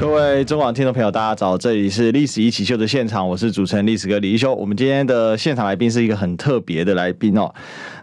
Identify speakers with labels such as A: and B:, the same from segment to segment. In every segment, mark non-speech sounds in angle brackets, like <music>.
A: 各位中广听众朋友，大家早！这里是《历史一起秀》的现场，我是主持人历史哥李一修。我们今天的现场来宾是一个很特别的来宾哦，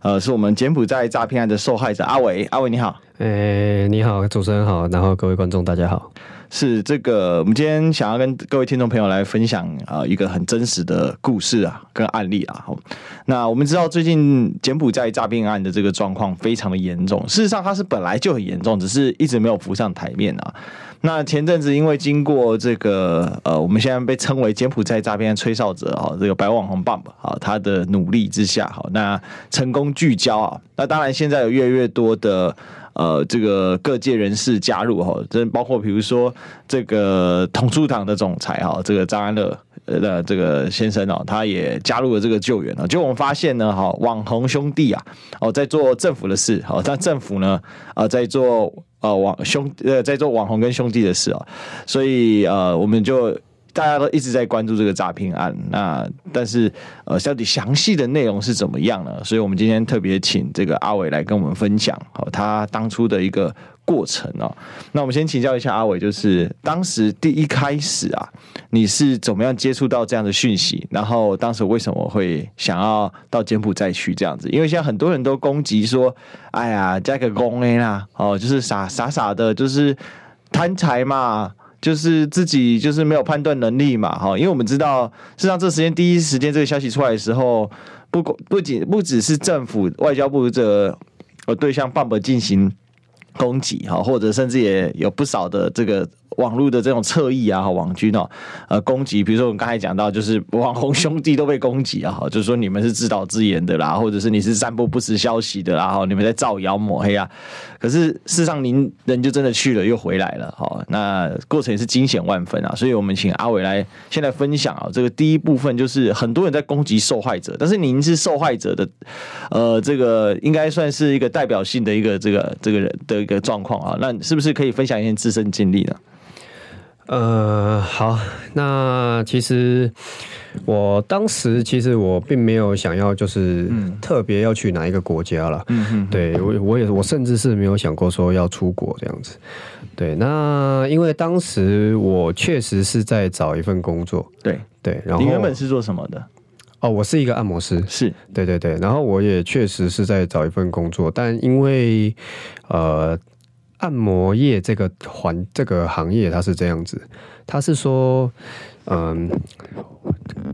A: 呃，是我们柬埔寨诈骗案的受害者阿伟。阿伟你好，
B: 诶、你好，主持人好，然后各位观众大家好。
A: 是这个我们今天想要跟各位听众朋友来分享呃一个很真实的故事啊，跟案例啊。好那我们知道最近柬埔寨诈骗案的这个状况非常的严重，事实上它是本来就很严重，只是一直没有浮上台面啊。那前阵子因为经过这个呃，我们现在被称为柬埔寨诈骗案吹哨者哈、这个白网红 b u m 啊，他的努力之下哈、那成功聚焦啊，那当然现在有越来越多的。呃，这个各界人士加入哈，这包括比如说这个统促党的总裁哈，这个张安乐呃这个先生哦，他也加入了这个救援哦了。就我们发现呢哈，网红兄弟啊哦在做政府的事，好，但政府呢啊在做呃网兄呃在做网红跟兄弟的事哦，所以呃我们就。大家都一直在关注这个诈骗案，那但是呃，到底详细的内容是怎么样呢？所以我们今天特别请这个阿伟来跟我们分享，好、他当初的一个过程哦。那我们先请教一下阿伟，就是当时第一开始啊，你是怎么样接触到这样的讯息？然后当时为什么会想要到柬埔寨去这样子？因为现在很多人都攻击说，哎呀，加个公 A 啦，哦，就是傻傻傻的，就是贪财嘛。就是自己就是没有判断能力嘛，哈，因为我们知道，事实上这时间第一时间这个消息出来的时候，不光不仅不只是政府外交部这呃对象 b u 进行攻击哈，或者甚至也有不少的这个网络的这种侧翼啊，哈网军哦，呃攻击，比如说我们刚才讲到，就是网红兄弟都被攻击啊，哈，就是说你们是自导自演的啦，或者是你是散播不实消息的啦，哈，你们在造谣抹黑啊。可是事实上，您人就真的去了又回来了，哈，那过程也是惊险万分啊。所以我们请阿伟来先来分享啊，这个第一部分就是很多人在攻击受害者，但是您是受害者的呃，这个应该算是一个代表性的一个这个这个人的一个状况啊。那是不是可以分享一些自身经历呢？
B: 呃，好，那其实我当时其实我并没有想要就是特别要去哪一个国家啦。
A: 嗯嗯，
B: 对我我也我甚至是没有想过说要出国这样子。对，那因为当时我确实是在找一份工作，
A: 对。
B: 对，然后
A: 你原本是做什么的？
B: 哦，我是一个按摩师，
A: 是
B: 对对对，然后我也确实是在找一份工作，但因为呃，按摩业这个环这个行业它是这样子，它是说嗯、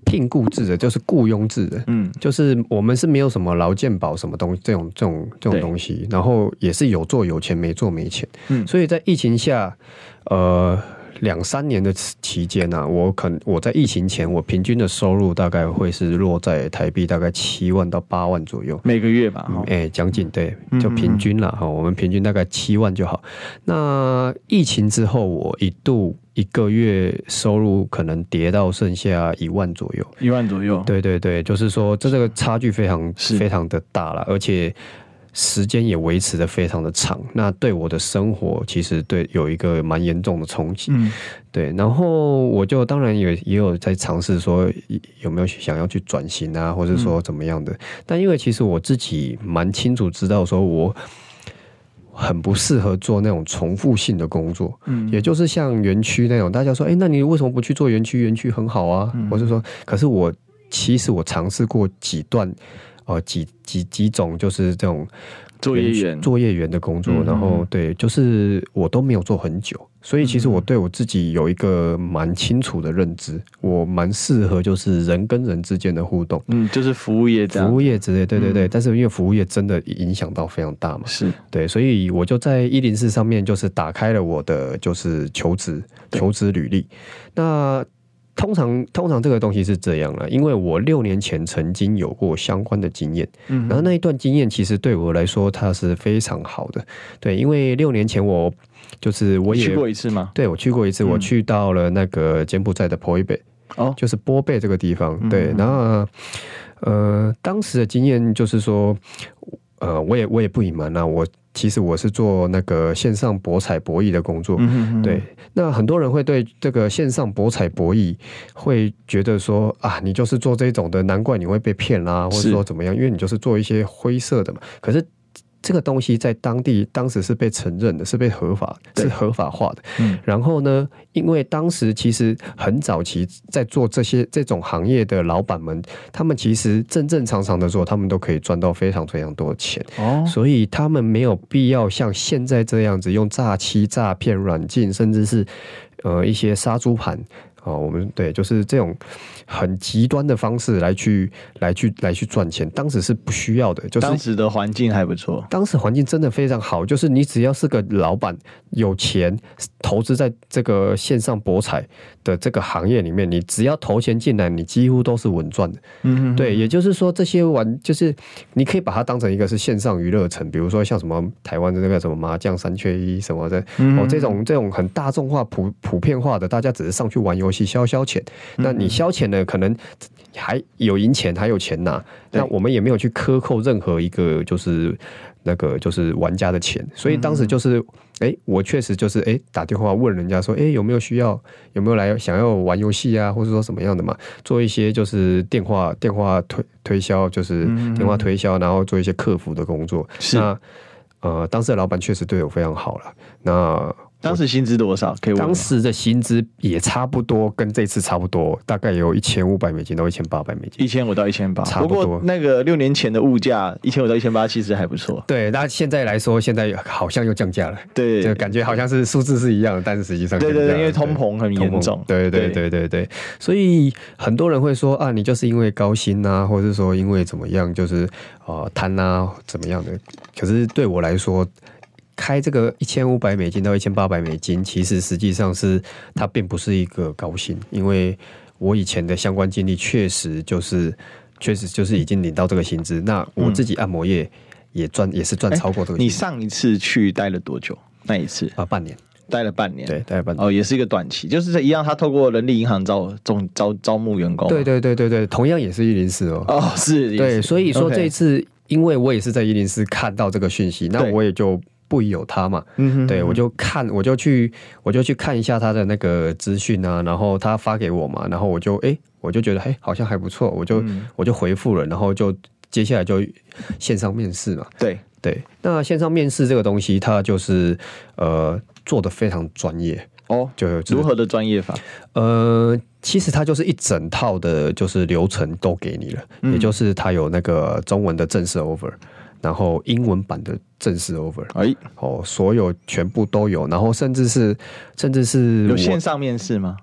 B: 聘雇制的，就是雇佣制的。
A: 嗯，
B: 就是我们是没有什么劳健保什么东西这种这种这
A: 对
B: 种东西，然后也是有做有钱，没做没钱。
A: 嗯
B: 所以在疫情下，呃，两三年的期间呢、啊，我可能我在疫情前，我平均的收入大概会是落在台币大概七万到八万左右。
A: 每个月吧，哈、
B: 哎、将近
A: 嗯
B: 对，就平均了哈、我们平均大概七万就好。那疫情之后，我一度一个月收入可能跌到剩下一万左右。
A: 一万左右。，
B: 对对对，就是说这这个差距非常
A: 是
B: 非常的大了，而且时间也维持的非常的长，那对我的生活其实对有一个蛮严重的冲击。
A: 嗯，
B: 对，然后我就当然也也有在尝试说有没有想要去转型啊，或者说怎么样的，但因为其实我自己蛮清楚知道说我。很不适合做那种重复性的工作，
A: 嗯
B: 也就是像园区那种，大家说，哎、那你为什么不去做园区？园区很好啊，我是说，可是我其实我尝试过几段，呃，几几几种就是这种
A: 作业员
B: 作业员的工作，
A: 嗯嗯
B: 然后对，就是我都没有做很久，所以其实我对我自己有一个蛮清楚的认知，我蛮适合就是人跟人之间的互动，
A: 嗯，就是服务业这样。嗯
B: 服务业之类，对对对，但是因为服务业真的影响到非常大嘛，
A: 是
B: 对，所以我就在一零四上面就是打开了我的就是求职求职履历。那通常通常这个东西是这样了，因为我六年前曾经有过相关的经验，
A: 嗯
B: 然后那一段经验其实对我来说它是非常好的，对，因为六年前我就是我也
A: 去过一次吗？嗯
B: 对我去过一次，我去到了那个柬埔寨的波伊贝，
A: 哦，嗯
B: 就是波贝这个地方。对，然后呃，当时的经验就是说，呃，我也我也不隐瞒啦，我其实我是做那个线上博彩博弈的工作。
A: 嗯，
B: 对，那很多人会对这个线上博彩博弈会觉得说啊，你就是做这种的，难怪你会被骗啦，或者
A: 是
B: 说怎么样，因为你就是做一些灰色的嘛。可是这个东西在当地当时是被承认的，是被合法，
A: 对
B: 是合法化的。
A: 嗯
B: 然后呢，因为当时其实很早期在做这些这种行业的老板们，他们其实正正常常的做，他们都可以赚到非常非常多的钱。
A: 哦，
B: 所以他们没有必要像现在这样子用诈欺、诈骗软禁，甚至是呃一些杀猪盘哦，我们对就是这种很极端的方式来去来去来去赚钱，当时是不需要的，就是
A: 当时的环境还不错，
B: 当时环境真的非常好，就是你只要是个老板，有钱投资在这个线上博彩的这个行业里面，你只要投钱进来，你几乎都是稳赚的。
A: 嗯，
B: 对，也就是说，这些玩就是你可以把它当成一个是线上娱乐城，比如说像什么台湾的那个什么麻将三缺一什么的，
A: 嗯
B: 哦，这种这种很大众化、普普遍化的，大家只是上去玩游戏消消遣。
A: 嗯
B: 那你消遣呢，可能还有赢钱，还有钱拿。
A: 对
B: 那我们也没有去克扣任何一个就是那个就是玩家的钱，所以当
A: 嗯
B: 时就是，哎、我确实就是哎、诶打电话问人家说，哎、有没有需要，有没有来想要玩游戏啊，或者说什么样的嘛，做一些就是电话电话推推销，就是电话推销，然后做一些客服的工作。
A: 嗯是
B: 那呃，当时的老板确实对我非常好了。那
A: 当时薪资多少？可以问
B: 当
A: 吗？
B: 时的薪资也差不多，跟这次差不多，大概有一千五百美金到一千八百美金。
A: 一千五到一千八，
B: 差
A: 不
B: 不多
A: 过那个六年前的物价一千五到一千八其实还不错，
B: 对，那现在来说，现在好像又降价了。
A: 对
B: 就感觉好像是数字是一样的，但是实际上
A: 对对
B: 更加
A: 对，因为通膨很
B: 通
A: 严重，
B: 对对对对对，所以很多人会说啊，你就是因为高薪呐、或者是说因为怎么样，就是呃贪呐怎么样的。可是对我来说，开这个一千五百美金到一千八百美金，其实实际上是它并不是一个高薪，因为我以前的相关经历确实就是确实就是已经领到这个薪资。那我自己按摩业也赚、也是赚
A: 哎
B: 超过这个
A: 你
B: 薪资
A: 上一次去待了多久？那一次
B: 啊、半年，
A: 待了半年，
B: 对，，大概半年。
A: 哦，也是一个短期，就是这一样，他透过人力银行招招招招募员工，啊
B: 对，对对对对，同样也是一零四哦。
A: 哦，是，也
B: 对，
A: 是
B: 所以说
A: OK
B: 这一次，因为我也是在一零四看到这个讯息，那
A: 对
B: 我也就不疑有他嘛。
A: 嗯哼
B: 对，我就看，我就去，我就去看一下他的那个资讯啊，然后他发给我嘛，然后我就哎、诶我就觉得哎、诶好像还不错，我就、
A: 嗯
B: 我就回复了，然后就接下来就线上面试嘛。
A: 对，
B: 对，那线上面试这个东西，它就是呃做的非常专业，
A: 哦，
B: 就就是
A: 如何的专业法？
B: 呃，其实它就是一整套的，就是流程都给你了，
A: 嗯
B: 也就是它有那个中文的正式 over，然后英文版的正式 over，
A: 哎，
B: 哦，所有全部都有，然后甚至是甚至是
A: 有
B: 我
A: 线上面试吗？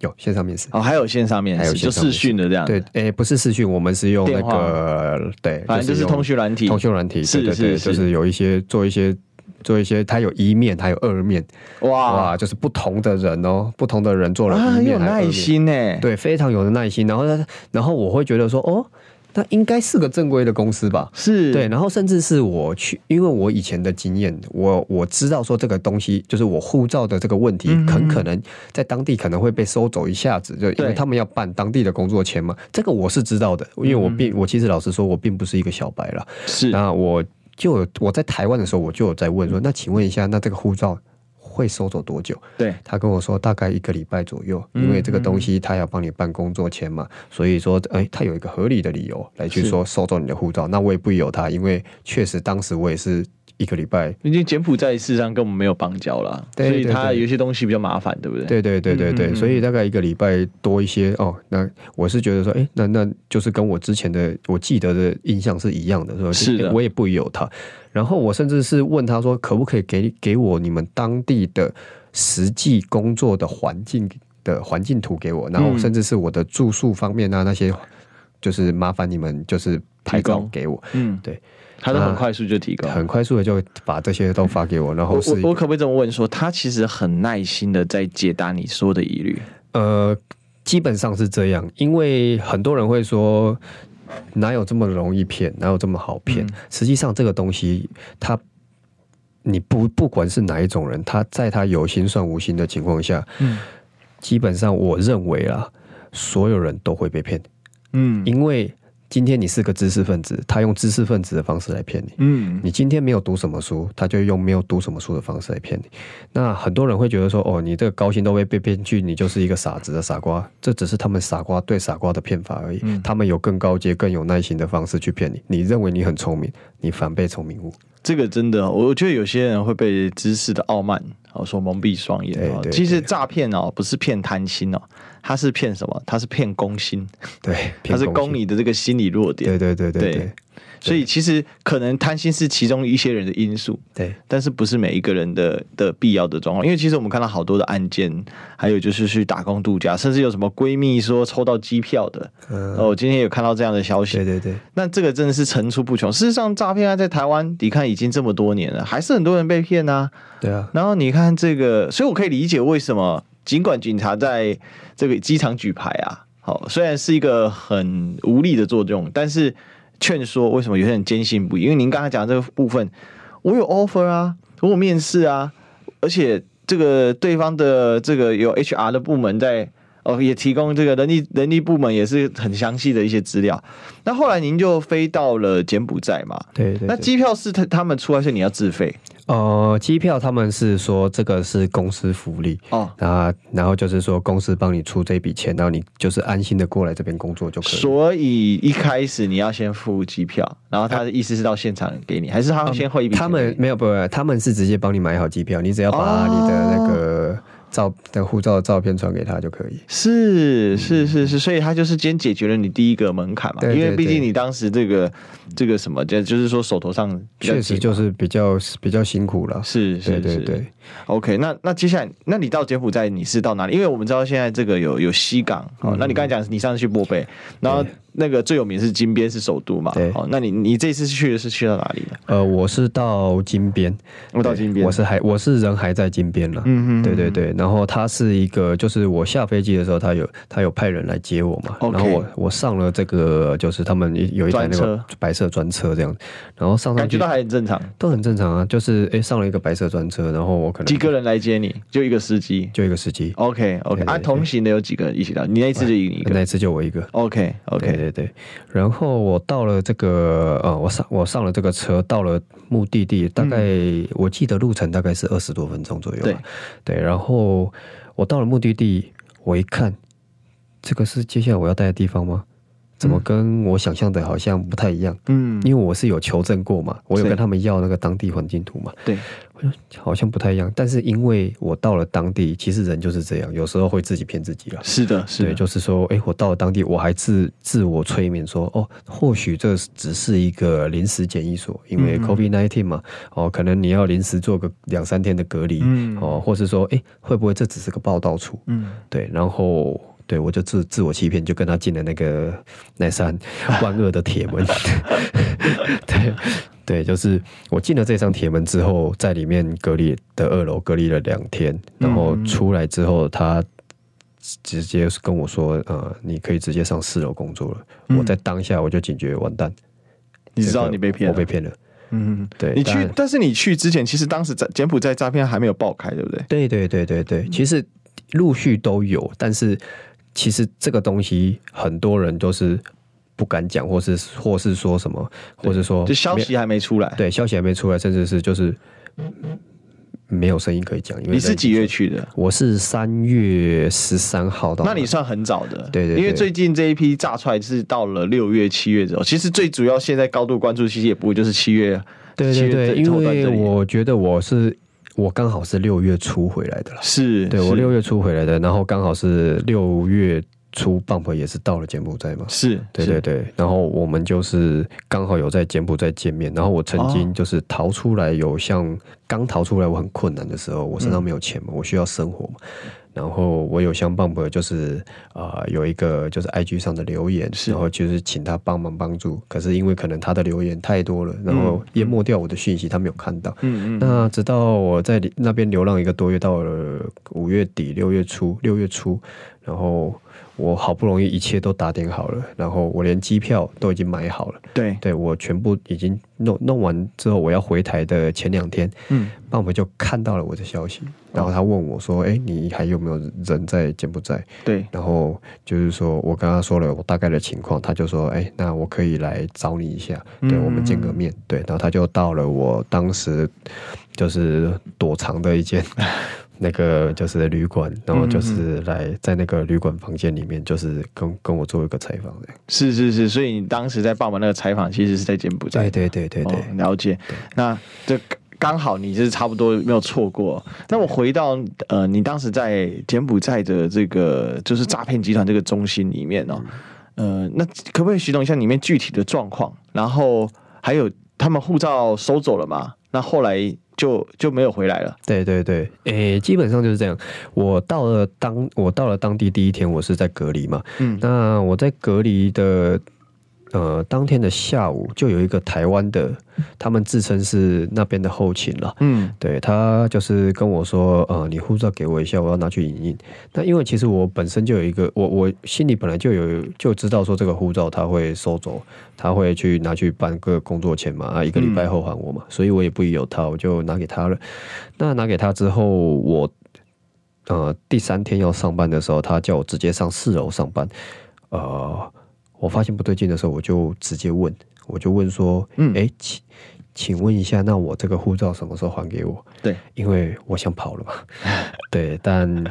B: 有线上面试。
A: 哦，还有线上面
B: 还有
A: 试，
B: 线
A: 就
B: 上
A: 视讯的这样，
B: 对，，诶、不是视讯，我们是用那
A: 电话
B: 个对，
A: 反正就是
B: 用
A: 通讯软体，
B: 通讯软体，
A: 是
B: 对对对，
A: 是
B: 就是是有一些做一些做一些，它有一面，它有二面，
A: 哇
B: 哇，就是不同的人哦，不同的人做了
A: 啊，
B: 一
A: 很有
B: 面还有二
A: 耐
B: 面，
A: 心哎，
B: 对，非常有的耐心。然后他，然后我会觉得说，哦，那应该是个正规的公司吧？
A: 是，
B: 对，然后甚至是我去，因为我以前的经验，我我知道说这个东西就是我护照的这个问
A: 嗯
B: 题，很可能在当地可能会被收走一下子，就因
A: 对
B: 为他们要办当地的工作签嘛，这个我是知道的，因为我并我其实老实说，我并不是一个小白啦。
A: 嗯是，
B: 那我就有我在台湾的时候，我就有在问说，那请问一下，那这个护照会收走多久？
A: 对，嗯
B: 他跟我说大概一个礼拜左右，因为这个东西他要帮你办工作签嘛，所以说，哎，他有一个合理的理由来去
A: 是
B: 说收走你的护照，那我也不由他，因为确实当时我也是一个礼拜，
A: 因为柬埔寨事实上跟我们没有邦交啦，所
B: 对
A: 以
B: 对
A: 它
B: 对
A: 有些东西比较麻烦，对不对？
B: 对对对
A: 嗯
B: 对对，所以大概一个礼拜多一些哦。那我是觉得说，哎，那那就是跟我之前的我记得的印象是一样的，是吧？
A: 是的
B: 诶我也不由他。然后我甚至是问他说，可不可以给给我你们当地的实际工作的环境的环境图给我，然
A: 嗯
B: 后甚至是我的住宿方面啊那些，就是麻烦你们就是拍
A: 提
B: 照
A: 供
B: 给我，
A: 嗯，
B: 对，
A: 它都很
B: 那
A: 快速就提高。
B: 啊很快速的就把这些都发给我，然
A: 我
B: 后是
A: 我我可不可以这么问说，他其实很耐心的在解答你说的疑虑，
B: 呃，基本上是这样，因为很多人会说，哪有这么容易骗，哪有这么好骗？
A: 嗯
B: 实际上，这个东西它。你不不管是哪一种人，他在他有心算无心的情况下，
A: 嗯
B: 基本上我认为啊，所有人都会被骗，
A: 嗯，
B: 因为今天你是个知识分子，他用知识分子的方式来骗你。
A: 嗯，
B: 你今天没有读什么书，他就用没有读什么书的方式来骗你。那很多人会觉得说，哦，你这个高薪都被被骗去，你就是一个傻子的傻瓜。这只是他们傻瓜对傻瓜的骗法而已。他们有更高阶、更有耐心的方式去骗你。你认为你很聪明，你反被聪明误。
A: 这个真的，我觉得有些人会被知识的傲慢哦所蒙蔽双眼哦。
B: 对对
A: 其实诈骗哦，不是骗贪心哦，他是骗什么？他是骗公心，
B: 对，
A: 他
B: 骗
A: 是
B: 攻
A: 攻
B: 心。
A: 你的这个心理弱点。
B: 对对对对
A: 对
B: 对
A: 所以其实可能贪心是其中一些人的因素，
B: 对
A: 但是不是每一个人的的必要的状况。因为其实我们看到好多的案件，还有就是去打工度假，甚至有什么闺蜜说抽到机票的，
B: 嗯
A: 哦，我今天有看到这样的消息。
B: 对对对，
A: 那这个真的是层出不穷。事实上，诈骗案在台湾，你看已经这么多年了，还是很多人被骗啊。
B: 对啊，
A: 然后你看这个，所以我可以理解为什么，尽管警察在这个机场举牌啊，好，虽然是一个很无力的作用，但是劝说为什么有些人坚信不疑？因为您刚才讲的这个部分，我有 offer 啊，我有面试啊，而且这个对方的这个有 HR 的部门在。哦，也提供这个人力人力部门也是很详细的一些资料。那后来您就飞到了柬埔寨嘛？
B: 对对
A: 那
B: 对
A: 机票是他他们出来是你要自费
B: 呃，机票他们是说这个是公司福利，
A: 哦，
B: 那然后就是说公司帮你出这笔钱，然后你就是安心的过来这边工作就可以了。
A: 所以一开始你要先付机票，然后他的意思是到现场给你，还是他先汇一笔钱
B: 他们
A: 给你
B: 没有不，他们是直接帮你买好机票，你只要把你的那个照的护照的照片传给他就可以。
A: 是是是是，所以他就是先解决了你第一个门槛嘛，
B: 对
A: 因为
B: 对
A: 毕竟
B: 对
A: 你当时这个这个什么，就就是说手头上比较
B: 确
A: 紧
B: 实
A: 嘛
B: 就是比较比较辛苦了。
A: 是是
B: 对
A: 是
B: 对对，
A: OK，那那接下来，那你到柬埔寨你是到哪里？因为我们知道现在这个有有西港，
B: 嗯
A: 哦，那你刚才讲你上次去波贝，然后那个最有名是金边是首都嘛，
B: 对
A: 哦，那你你这次去的是去到哪里呢？
B: 呃，我是到金边，
A: 我嗯哦到
B: 对
A: 金边
B: 我是还我是人还在金边了。
A: 嗯嗯嗯
B: 对对对。然后他是一个，就是我下飞机的时候，他有他有派人来接我嘛。
A: OK
B: 然后我我上了这个，就是他们有一台那
A: 专
B: 个
A: 车
B: 白色专车这样，然后上上
A: 感
B: 去
A: 觉到还很正常，
B: 都很正常啊，就是诶上了一个白色专车，然后我可
A: 几
B: 能
A: 个人来接你，就一个司机。
B: 就一个司机，
A: OK OK，
B: 对对
A: 啊，
B: 对
A: 同行的有几个人一起到？你那一次就你一
B: 那
A: 个。
B: 一次就我一个。
A: OK
B: 对
A: OK，
B: 对对，然后我到了这个呃，我上我上了这个车，到了目的地，大概、
A: 嗯
B: 我记得路程大概是二十多分钟左右吧。对然后我到了目的地，我一看，这个是接下来我要待的地方吗？怎么跟我想象的好像不太一样？
A: 嗯，
B: 因为我是有求证过嘛，我有
A: 是
B: 跟他们要那个当地环境图嘛，
A: 对，
B: 我就好像不太一样。但是因为我到了当地，其实人就是这样，有时候会自己骗自己了。
A: 是的，是
B: 对，
A: 的，
B: 就是说，诶，我到了当地，我还自自我催眠说，哦，或许这只是一个临时检疫所，因
A: 嗯
B: 为 COVID nineteen 嘛，哦，可能你要临时做个两三天的隔离，
A: 嗯
B: 哦，或是说，诶，会不会这只是个报道处？
A: 嗯，
B: 对，然后对我就自自我欺骗，就跟他进了那个
A: <laughs>
B: 那扇万恶的铁门。 <laughs> 对对，就是我进了这扇铁门之后，在里面隔离的二楼隔离了两天，然后出来之后，他直接跟我说：“呃，你可以直接上四楼工作了。我在当下我就警觉，完蛋，
A: 嗯你知
B: 这
A: 道
B: 个
A: 你被骗
B: 我被
A: 了，
B: 骗了。
A: 嗯，
B: 对，
A: 你
B: 当然
A: 去，但是你去之前，其实当时在柬埔寨诈骗案还没有爆开，对不对？
B: 对对对对对，
A: 嗯
B: 其实陆续都有，但是其实这个东西很多人都是不敢讲，或是或是说什么，或是说
A: 就消
B: 没
A: 息还没出来。
B: 对消息哦还没出来，甚至是就是没有声音可以讲。因为
A: 你是
B: 人
A: 几月去的？
B: 我是三月十三号到的，
A: 那你算很早的，
B: 对对对
A: 因为最近这一批炸出来是到了六月、七月之后，其实最主要现在高度关注，其实也不过就是七月，啊
B: 对
A: 七
B: 对
A: 月
B: 对，
A: 这
B: 因
A: 后段
B: 为
A: 这里
B: 我觉得我是我刚好是六月初回来的啦。
A: 是，
B: 对我
A: 是
B: 六月初回来的，然后刚好是六月初 bump 也是到了柬埔寨嘛，
A: 是，
B: 对
A: 是
B: 对，对，然后我们就是刚好有在柬埔寨见面，然后我曾
A: 哦
B: 经就是逃出来，有像刚逃出来我很困难的时候，我身上没有钱嘛，
A: 嗯
B: 我需要生活嘛，然后我有向 Bump 就是啊有一个就是 IG 上的留言，
A: 是
B: 然后就是请他帮忙帮助，可是因为可能他的留言太多了，然后淹没掉我的讯息，他没有看到，
A: 嗯嗯，
B: 那直到我在里那边流浪一个多月，到了五月底六月初，六月初，然后我好不容易一切都打点好了，然后我连机票都已经买好了，
A: 对，
B: 对我全部已经弄弄完之后，我要回台的前两天，
A: 嗯，
B: 那我们就看到了我的消息，然后他问我说：“哎、你还有没有人在柬埔寨
A: 对？”，
B: 然后就是说我跟他说了我大概的情况，他就说：“哎、那我可以来找你一下，对
A: 嗯
B: 我们见个面。对，然后他就到了我当时就是躲藏的
A: <laughs>
B: 一间那个就是旅馆，然后
A: 嗯
B: 就是来在那个旅馆房间里面，就是跟跟我做一个采访这样。
A: 是是是，所以你当时在爆满那个采访，其实是在柬埔寨。
B: 对对对
A: 哦了解。那这刚好你是差不多没有错过。那我回到呃，你当时在柬埔寨的这个就是诈骗集团这个中心里面哦，
B: 嗯
A: 呃，那可不可以形容一下里面具体的状况？然后还有他们护照收走了嘛？那后来就就没有回来了。
B: 对对对，诶、基本上就是这样。我到了当我到了当地第一天，我是在隔离嘛。
A: 嗯
B: 那我在隔离的呃当天的下午，就有一个台湾的，他们自称是那边的后勤了。
A: 嗯
B: 对他就是跟我说，呃，你护照给我一下，我要拿去影印。那因为其实我本身就有一个，我我心里本来就有就知道说这个护照他会收走，他会去拿去办个工作签嘛，啊，一个礼拜后还我嘛，所以我也不疑有他，我就拿给他了。那拿给他之后，我呃第三天要上班的时候，他叫我直接上四楼上班，呃，我发现不对劲的时候，我就直接问，我就问说，
A: 嗯
B: 嗯，哎、请请问一下，那我这个护照什么时候还给我？
A: 对，
B: 因为我想跑了嘛。 <laughs> 对，但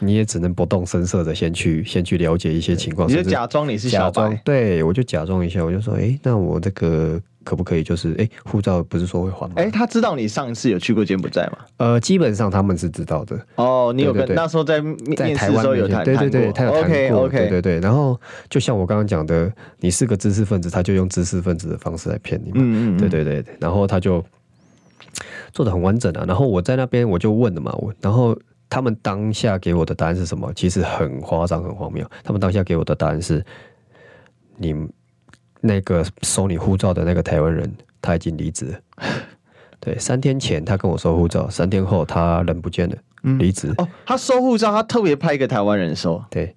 B: 你也只能不动声色的先去 <laughs> 先去了解一些情况，
A: 你就
B: 甚至
A: 假装你是
B: 假
A: 小
B: 装
A: 白，，
B: 对我就假装一下，我就说，哎，那我这个可不可以就是，哎，护照不是说会还吗？
A: 哎、他知道你上一次有去过柬埔寨吗？
B: 呃，基本上他们是知道的，
A: 哦，你有
B: 对
A: 跟
B: 对对
A: 那时候在面
B: 在
A: 面试
B: 台
A: 的
B: 湾
A: 时候有谈
B: 那些对对对，他
A: 谈
B: 有
A: 过
B: 谈过
A: OK OK，
B: 对对对。然后就像我刚刚讲的，你是个知识分子，他就用知识分子的方式来骗你嘛，
A: 嗯嗯嗯
B: 对对对，然后他就做的很完整啊。然后我在那边我就问了嘛，我然后他们当下给我的答案是什么？其实很夸张，很荒谬。他们当下给我的答案是，你那个收你护照的那个台湾人他已经离职了。对，三天前他跟我收护照，三天后他人不见了，离职。
A: 哦，他收护照，他特别派一个台湾人收，
B: 对，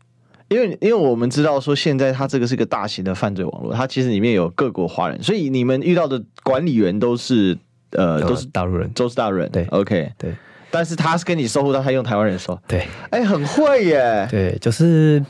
A: 因为因为我们知道说现在它这个是个大型的犯罪网络，它其实里面有各国华人，所以你们遇到的管理员都是呃都是
B: 大陆人。
A: 都是大陆人，
B: 对
A: ，OK，
B: 对
A: 但是他是跟你收护照，他用台湾人收，
B: 对
A: 哎，很会耶，
B: 对，就是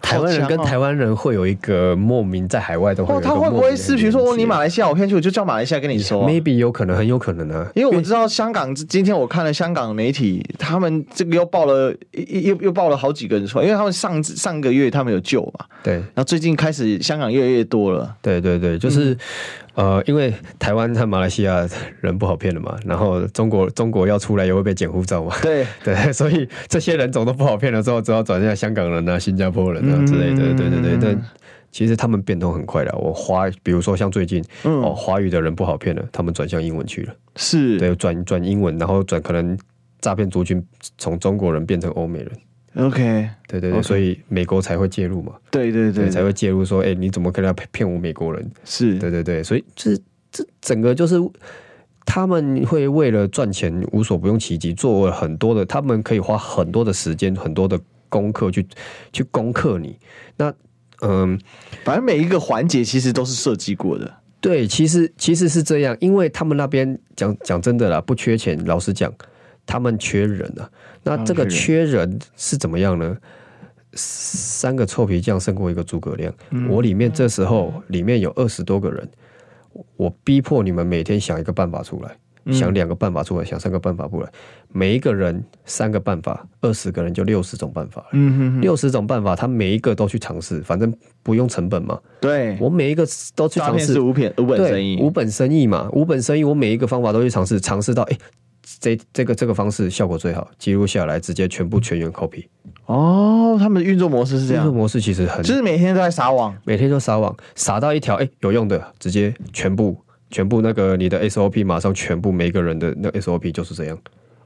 B: 台湾人跟
A: 强哦
B: 台湾人会有一个莫名在海外都会有
A: 哦，
B: 一个
A: 他会不
B: 莫名
A: 会
B: 的
A: 是比如说
B: 连
A: 哦，你
B: 接
A: 马来西亚我骗去，我就叫马来西亚跟你收、啊。
B: Maybe 有可能，很有可能啊。
A: 因为我知道香港，今天我看了香港媒体，他们这个又报了，又又又报了好几个人出来，因为他们上上个月他们有救嘛，
B: 对
A: 然后最近开始香港越来越多了，
B: 对对
A: 嗯
B: 对，就是、呃，因为台湾和马来西亚人不好骗的嘛，然后中国中国要出来也会被检护照嘛。 <laughs>
A: 对，
B: 对，所以这些人种都不好骗了，之后只好转向香港人啊、新加坡人啊
A: 嗯
B: 之类的。对对对，但其实他们变动很快的。我华，比如说像最近、
A: 嗯
B: 哦，华语的人不好骗了，他们转向英文去了。
A: 是，
B: 对，转转英文，然后转可能诈骗族群从中国人变成欧美人。
A: OK，
B: 对对对
A: OK
B: 所以美国才会介入嘛。
A: 对对
B: 对，
A: 对，
B: 才会介入说，哎、你怎么可能要 <laughs> 骗骗我美国人？
A: 是，
B: 对对对，所以这这整个就是他们会为了赚钱无所不用其极，做了很多的，他们可以花很多的时间、很多的功课去去攻克你。那嗯，
A: 反正每一个环节其实都是设计过的。
B: 对，其实其实是这样，因为他们那边讲讲真的啦，不缺钱，老实讲，他们缺人啊。那这个
A: 嗯
B: 缺人是怎么样呢？三个臭皮匠胜过一个诸葛亮。我里面这时候里面有二十多个人，我我逼迫你们每天想一个办法出来，想两个办法出来，想三个办法出来，每一个人三个办法，二十个人就六十种办法了。
A: 嗯哼哼，
B: 六十种办法，他每一个都去尝试，反正不用成本嘛。
A: 对，
B: 我每一个都去
A: 诈
B: 尝
A: 骗
B: 试
A: 是，无本无本
B: 对，
A: 生意，
B: 无本生意嘛，无本生意，我每一个方法都去尝试，尝试到哎、诶这这个这个方式效果最好，记录下来，直接全部全员 copy。
A: 哦，他们的运作模式是这
B: 这个
A: 样，
B: 模式其实很，
A: 就是每天都在撒网。
B: 每天都撒网，撒到一条哎、诶有用的，直接全部全部那个你的 SOP 马上全部每一个人的那 SOP 就是这样。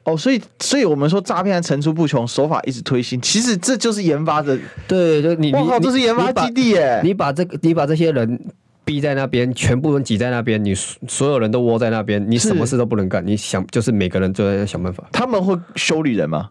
A: 哦，所以，所以我们说诈骗层出不穷，手法一直推新，其实这就是研发的。
B: 对，就你
A: 哇靠，
B: 你
A: 这是研发基地耶！
B: 你把这个，你把这些人逼在那边，全部人挤在那边，你所所有人都窝在那边，你
A: 是
B: 什么事都不能干，你想就是每个人都在想办法。
A: 他们会修理人吗？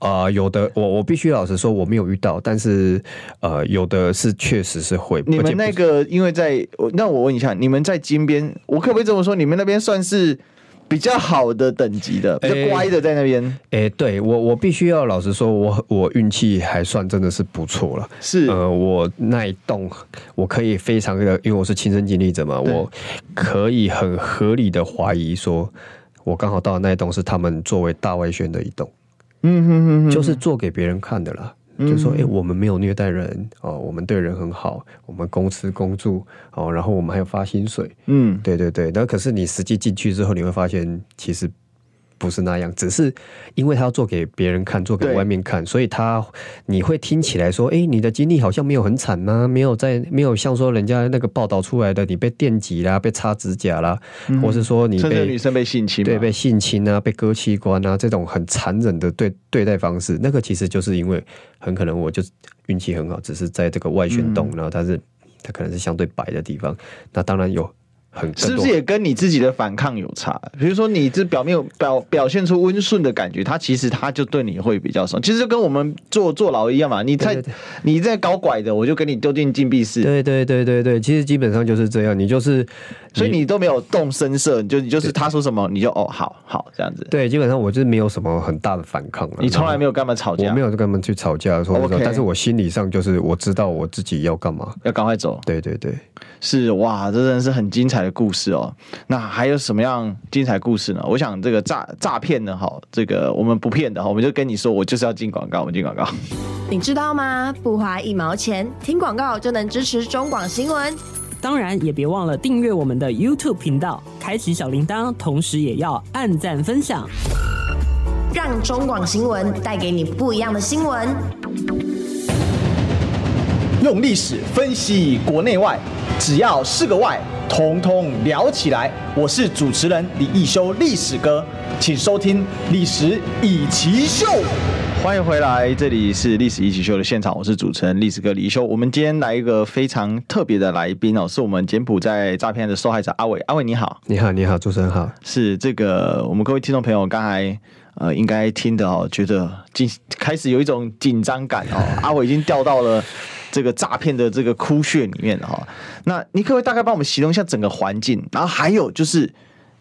B: 呃，有的我我必须老实说我没有遇到，但是呃，有的是确实是会。
A: 你
B: 而且
A: 们
B: 不
A: 那
B: 是
A: 个，因为在我那我问一下，你们在金边，我可不可以这么说？你们那边算是比较好的等级的，比较
B: 哎
A: 乖的在那边，
B: 诶、对我我必须要老实说，我我运气还算真的是不错了。
A: 是
B: 呃，我那一栋我可以非常的，因为我是亲身经历者嘛，
A: 对
B: 我可以很合理的怀疑说，我刚好到的那一栋是他们作为大外宣的一栋，
A: 嗯哼哼哼，
B: 就是做给别人看的啦。就说，诶，我们没有虐待人哦，我们对人很好，我们公吃公住哦，然后我们还有发薪水，
A: 嗯，
B: 对对对，那可是你实际进去之后，你会发现其实不是那样，只是因为他要做给别人看，做给
A: 对
B: 外面看，所以他你会听起来说，哎，你的经历好像没有很惨呐、没有在没有像说人家那个报道出来的，你被电击啦，被擦指甲啦，或是说你
A: 甚至女
B: 被
A: 生被性侵嘛，
B: 对被性侵啊，被割器官啊，这种很残忍的对对待方式，那个其实就是因为很可能我就运气很好，只是在这个外旋
A: 嗯
B: 洞，然后它是它可能是相对白的地方，那当然有。很更
A: 是不
B: 多
A: 是也跟你自己的反抗有差？比如说你这表面有表表现出温顺的感觉，他其实他就对你会比较爽。其实就跟我们坐坐牢一样嘛，你在
B: 对对
A: 你在搞拐的，我就给你丢进禁闭室，
B: 对对对对对，其实基本上就是这样，你就是，
A: 所以你都没有动声色，你就你就是他说什么你就哦好好这样子，
B: 对，基本上我就是没有什么很大的反抗了。
A: 你从来没
B: 有，
A: 有跟他们吵
B: 我
A: 架哦
B: 没，有跟他们去吵架说
A: OK
B: 但是我心理上就是我知道我自己要干嘛。
A: 要赶快走。
B: 对对对，
A: 是哇，这真的是很精彩的故事哦。那还有什么样精彩故事呢？我想这个诈诈骗的哈，这个我们不骗的哈，我们就跟你说，我就是要进广告，我们进广告。
C: 你知道吗？不花一毛钱，听广告就能支持中广新闻。
D: 当然也别忘了订阅我们的 YouTube 频道，开启小铃铛，同时也要按赞分享。
C: 让中广新闻带给你不一样的新闻。
E: 用历史分析国内外，只要是个“外”，统统聊起来。我是主持人李一修，历史哥，请收听《历史以奇秀》。
A: 欢迎回来，这里是历史一起秀的现场，我是主持人历史哥李一修。我们今天来一个非常特别的来宾哦，是我们柬埔寨诈骗案的受害者阿伟。阿伟你好，
B: 你好你好，主持人好。
A: 是这个我们各位听众朋友刚才呃应该听的哦，觉得紧开始有一种紧张感
B: <laughs>
A: 哦，阿伟已经掉到了这个诈骗的这个窟穴里面了哈、哦。那你可不可以大概帮我们形容一下整个环境？然后还有就是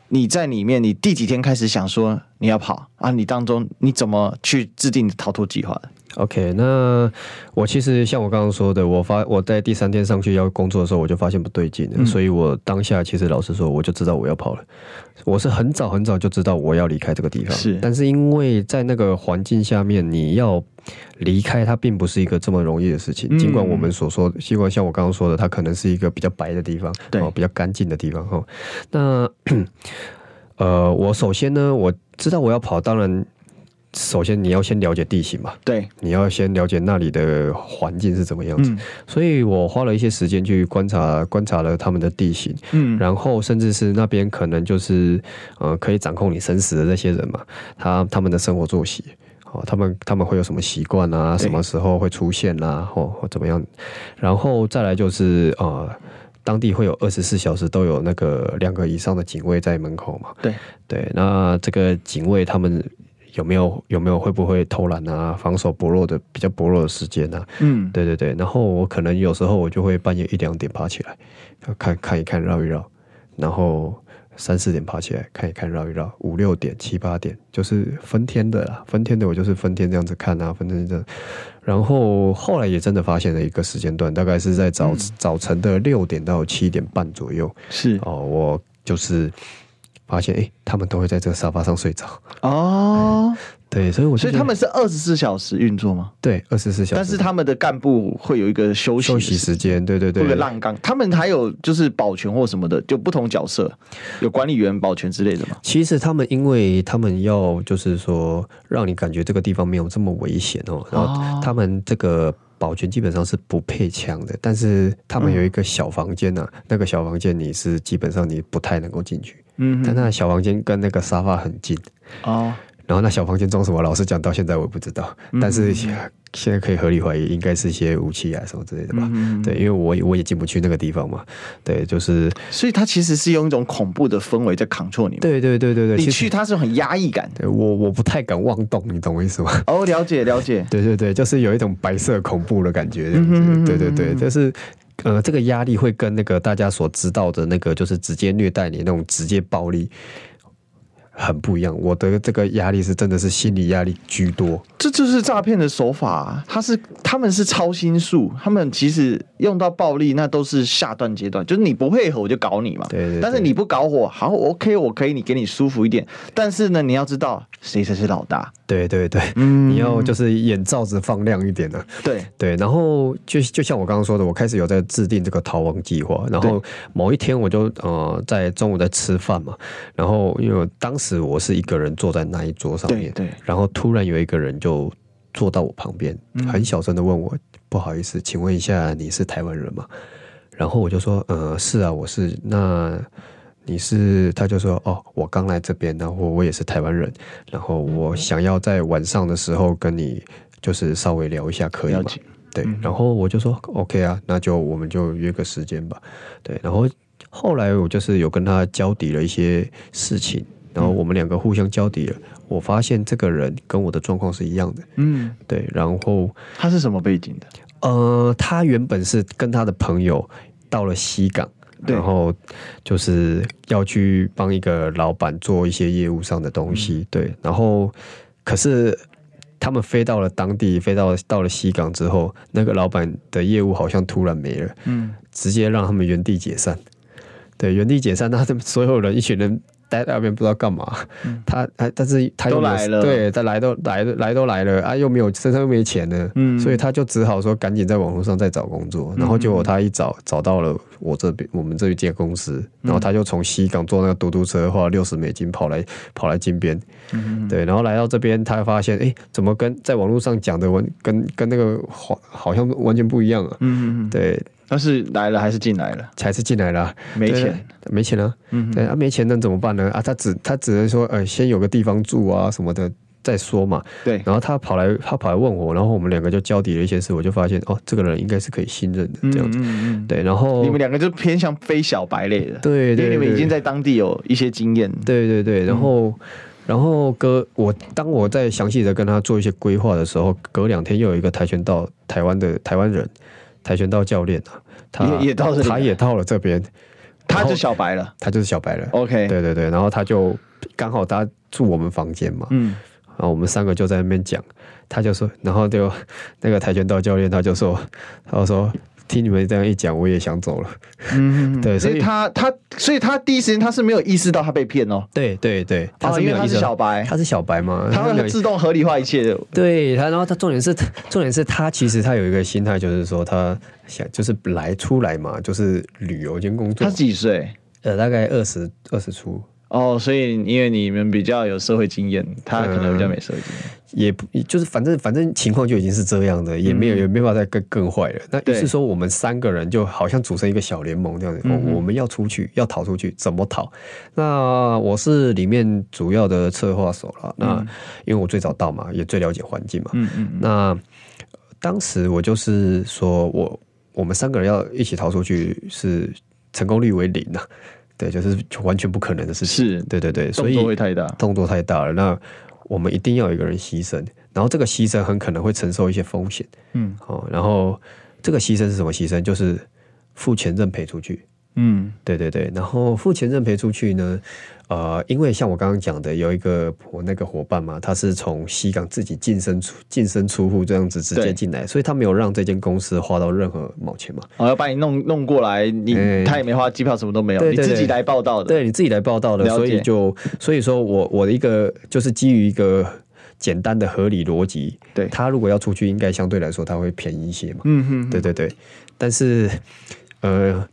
A: 你在里面，你第几天开始想说你要跑啊？你当中你怎么去制定逃脱计划的？
B: OK，那我其实像我刚刚说的，我发我在第三天上去要工作的时候，我就发现不对劲了，
A: 嗯
B: 所以我当下其实老实说，我就知道我要跑了。我是很早很早就知道我要离开这个地方，
A: 是
B: 但是因为在那个环境下面，你要离开它并不是一个这么容易的事
A: 嗯
B: 情。尽管我们所说，尽管像我刚刚说的，它可能是一个比较白的地方，
A: 对
B: 哦、比较干净的地方，哈、哦。那呃，我首先呢，我知道我要跑，当然。首先，你要先了解地形嘛，
A: 对，
B: 你要先了解那里的环境是怎么样
A: 嗯
B: 子，所以我花了一些时间去观察，观察了他们的地形，
A: 嗯，
B: 然后甚至是那边可能就是呃可以掌控你生死的那些人嘛，他他们的生活作息。哦，他们他们会有什么习惯啊？
A: 对
B: 什么时候会出现啦、啊？哦，或怎么样？然后再来就是呃，当地会有二十四小时都有那个两个以上的警卫在门口嘛。
A: 对
B: 对，那这个警卫他们有没有有没有会不会偷懒啊？防守薄弱的比较薄弱的时间啊？
A: 嗯，
B: 对对对，然后我可能有时候我就会半夜一两点爬起来，看看一看绕一绕，然后三四点爬起来看一看绕一绕，五六点七八点就是分天的啦，分天的我就是分天这样子看啊，分天这样。然后后来也真的发现了一个时间段，大概是在
A: 嗯
B: 早、早晨的六点到七点半左右
A: 是
B: 哦，我就是发现哎、诶他们都会在这个沙发上睡着，
A: 哦，
B: 对，所以我就
A: 所以
B: 觉
A: 他
B: 得
A: 们是二十四小时运作吗？
B: 对二十四小时，
A: 但是他们的干部会有一个休息
B: 休息时间，对对对，
A: 或者浪岗，他们还有就是保全或什么的，就不同角色，有管理员、保全之类的嘛。
B: 其实他们因为他们要就是说让你感觉这个地方没有这么危险哦，然后他们这个保全基本上是不配枪的，但是他们有一个小房间呐、
A: 嗯
B: 那个小房间你是基本上你不太能够进去，
A: 嗯
B: 但那小房间跟那个沙发很近，
A: 哦，
B: 然后那小房间装什么，老实讲到现在我也不知道，
A: 嗯
B: 但是现在可以合理怀疑，应该是一些武器啊什么之类的
A: 嗯
B: 吧。对，因为我也我也进不去那个地方嘛。对，就是
A: 所以它其实是用一种恐怖的氛围在 control 你。，
B: 对对对对对，
A: 你
B: 其
A: 去
B: 实
A: 它是很压抑感。
B: 对我我不太敢妄动，你懂我意思吗？
A: 哦，了解了解。
B: <laughs> 对对对，就是有一种白色恐怖的感觉，这样子。对对对，就是。呃，这个压力会跟那个大家所知道的那个，就是直接虐待你那种直接暴力很不一样。我的这个压力是真的是心理压力居多。
A: 这就是诈骗的手法、啊，他是他们是超心术，他们其实用到暴力，那都是下段阶段，就是你不配合我就搞你嘛。
B: 对对对
A: 但是你不搞我，好我，OK，我可以，你给你舒服一点。但是呢，你要知道谁才是老大。
B: 对对对，
A: 嗯
B: 你要就是眼罩子放亮一点呢、
A: 对，
B: 对，然后就就像我刚刚说的，我开始有在制定这个逃亡计划。然后某一天，我就呃在中午在吃饭嘛，然后因为我当时我是一个人坐在那一桌上面，
A: 对对
B: 然后突然有一个人就坐到我旁边，
A: 嗯
B: 很小声的问我：“不好意思，请问一下你是台湾人吗？”然后我就说：“呃，是啊，我是。”那你是？他就说：“哦，我刚来这边，然后我也是台湾人，然后我想要在晚上的时候跟你就是稍微聊一下，可以吗
A: 了解？”嗯
B: 对，然后我就说 OK 啊，那就我们就约个时间吧。对，然后后来我就是有跟他交底了一些事情，然
A: 嗯
B: 后我们两个互相交底了，我发现这个人跟我的状况是一样的。
A: 嗯，
B: 对，然后
A: 他是什么背景的？
B: 呃，他原本是跟他的朋友到了西港，
A: 对
B: 然后就是要去帮一个老板做一些业务上的东西，对，然后可是。他们飞到了当地，飞到到了西港之后，那个老板的业务好像突然没了，
A: 嗯，
B: 直接让他们原地解散。对，原地解散，那他们 <laughs> 所有人一群人待在那边不知道干嘛。他他但是他
A: 嗯
B: 又
A: 都
B: 没有
A: 来了
B: 对，他来都来来都来了啊，又没有身上又没钱了，
A: 嗯
B: 所以他就只好说赶紧在网络上再找工作。然后结果他一找找到了我这边我们这一间公司，
A: 嗯
B: 然后他就从西港坐那个嘟嘟车花六十美金跑来跑来金边，
A: 嗯
B: 对，然后来到这边，他发现，哎，怎么跟在网络上讲的完跟跟那个好好像完全不一样啊？
A: 嗯，
B: 对，
A: 他是来了还是进来了？
B: 才是进来了啊、
A: 没
B: 对
A: 钱，
B: 没钱啊，
A: 嗯
B: 对啊，没钱能怎么办呢？啊，他只他只能说，呃，先有个地方住啊什么的再说嘛。
A: 对，
B: 然后他跑来，他跑来问我，然后我们两个就交底了一些事，我就发现哦，这个人应该是可以信任的这样子。
A: 嗯嗯
B: 对，然后
A: 你们两个就偏向非小白类的，
B: 对对
A: 因为你们
B: 对
A: 已经在当地有一些经验。
B: 对对
A: 嗯
B: 对，然后、然后隔我当我在详细的跟他做一些规划的时候，隔两天又有一个跆拳道台湾的台湾人跆拳道教练啊，他
A: 也也到这里
B: 他
A: 来
B: 也到了这边，
A: 他
B: 然
A: 就
B: 后
A: 小白了
B: 他就是小白人。
A: ，OK，，
B: 对对对，然后他就刚好他住我们房间嘛，
A: 嗯，
B: 然后我们三个就在那边讲，他就说，然后就 <laughs> 那个跆拳道教练他就说，他就说听你们这样一讲，我也想走了。嗯， <laughs> 对，
A: 所以
B: 所以
A: 他他所以他第一时间他是没有意识到他被骗哦，
B: 对对对，他
A: 哦，
B: 是
A: 因为
B: 没有
A: 他
B: 意识
A: 是
B: 到
A: 小白，
B: 他是小白
A: <laughs>
B: 嘛，
A: 他
B: 没有
A: 会自动合理化一切的。
B: <laughs> 对他，然后他重点是，重点是他其实他有一个心态，就是说他想就是来出来嘛，就是旅游兼工作
A: 他，几岁？
B: 呃，大概二十二十出，
A: 哦，所以因为你们比较有社会经验，他可能比较没社会经验。
B: 也不就是反正反正情况就已经是这样的，也没有、也没办法再更更坏了。那
A: 嗯对嗯
B: 于是说我们三个人就好像组成一个小联盟这样子，哦我们要出去，要逃出去，怎么逃？那我是里面主要的策划手了，那、因为我最早到嘛，也最了解环境嘛，
A: 嗯嗯
B: 那呃当时我就是说我我们三个人要一起逃出去是成功率为零啊，对，就是完全不可能的事情。
A: 是
B: 对对对，所
A: 动
B: 以
A: 作会太大
B: 动作太大了。那我们一定要有一个人牺牲，然后这个牺牲很可能会承受一些风险。
A: 嗯，
B: 哦，然后这个牺牲是什么牺牲？就是付钱认赔出去。
A: 嗯
B: 对对对，然后付钱认赔出去呢，呃，因为像我刚刚讲的，有一个我那个伙伴嘛，他是从西港自己净身出净身出户这样子直接
A: 对
B: 进来，所以他没有让这间公司花到任何毛钱嘛。
A: 哦，要把你弄弄过来，你
B: 哎
A: 他也没花机票，什么都没有，
B: 对
A: 你
B: 对
A: 自己
B: 对
A: 来报道的。
B: 对，你自己来报道的，
A: 了解
B: 所以就所以说我我的一个就是基于一个简单的合理逻辑，
A: 对
B: 他如果要出去，应该相对来说他会便宜一些嘛。
A: 嗯哼，
B: 对对对，但是呃，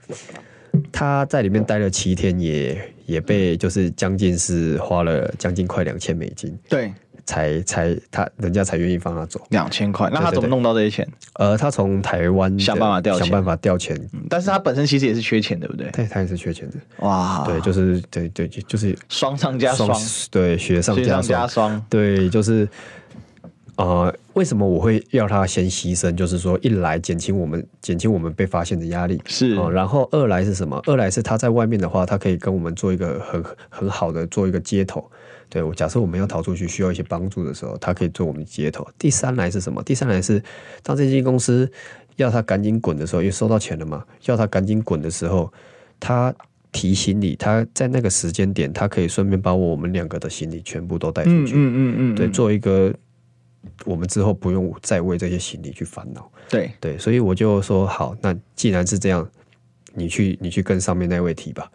B: 他在里面待了七天也，也被就是将近是花了将近快两千美金。
A: 对，
B: 才才他人家才愿意放他走。
A: 两千块，那他怎么弄到这些钱？
B: 呃，他从台湾的
A: 想办法调钱
B: 想办法调钱，
A: 嗯但是他本身其实也是缺钱，对不对？
B: 对，他也是缺钱的。
A: 哇，
B: 对，，就是对对，就就是
A: 双上啊加双，
B: 对，雪上
A: 雪
B: 加
A: 上加
B: 霜，
A: 双，
B: 对，就是呃，为什么我会要他先牺牲？就是说，一来减轻我们减轻我们被发现的压力，
A: 是
B: 哦，然后二来是什么？二来是他在外面的话，他可以跟我们做一个很很好的做一个接头。对我假设我们要逃出去，需要一些帮助的时候，他可以做我们的接头。第三来是什么？第三来是当这间公司要他赶紧滚的时候，因为收到钱了嘛，要他赶紧滚的时候，他提行李，他在那个时间点，他可以顺便把我们两个的行李全部都带出
A: 嗯嗯
B: 去。
A: 嗯嗯，
B: 对，
A: 嗯
B: 做一个我们之后不用再为这些行李去烦恼。
A: 对，
B: 对，所以我就说好，那既然是这样，你去你去跟上面那位提吧。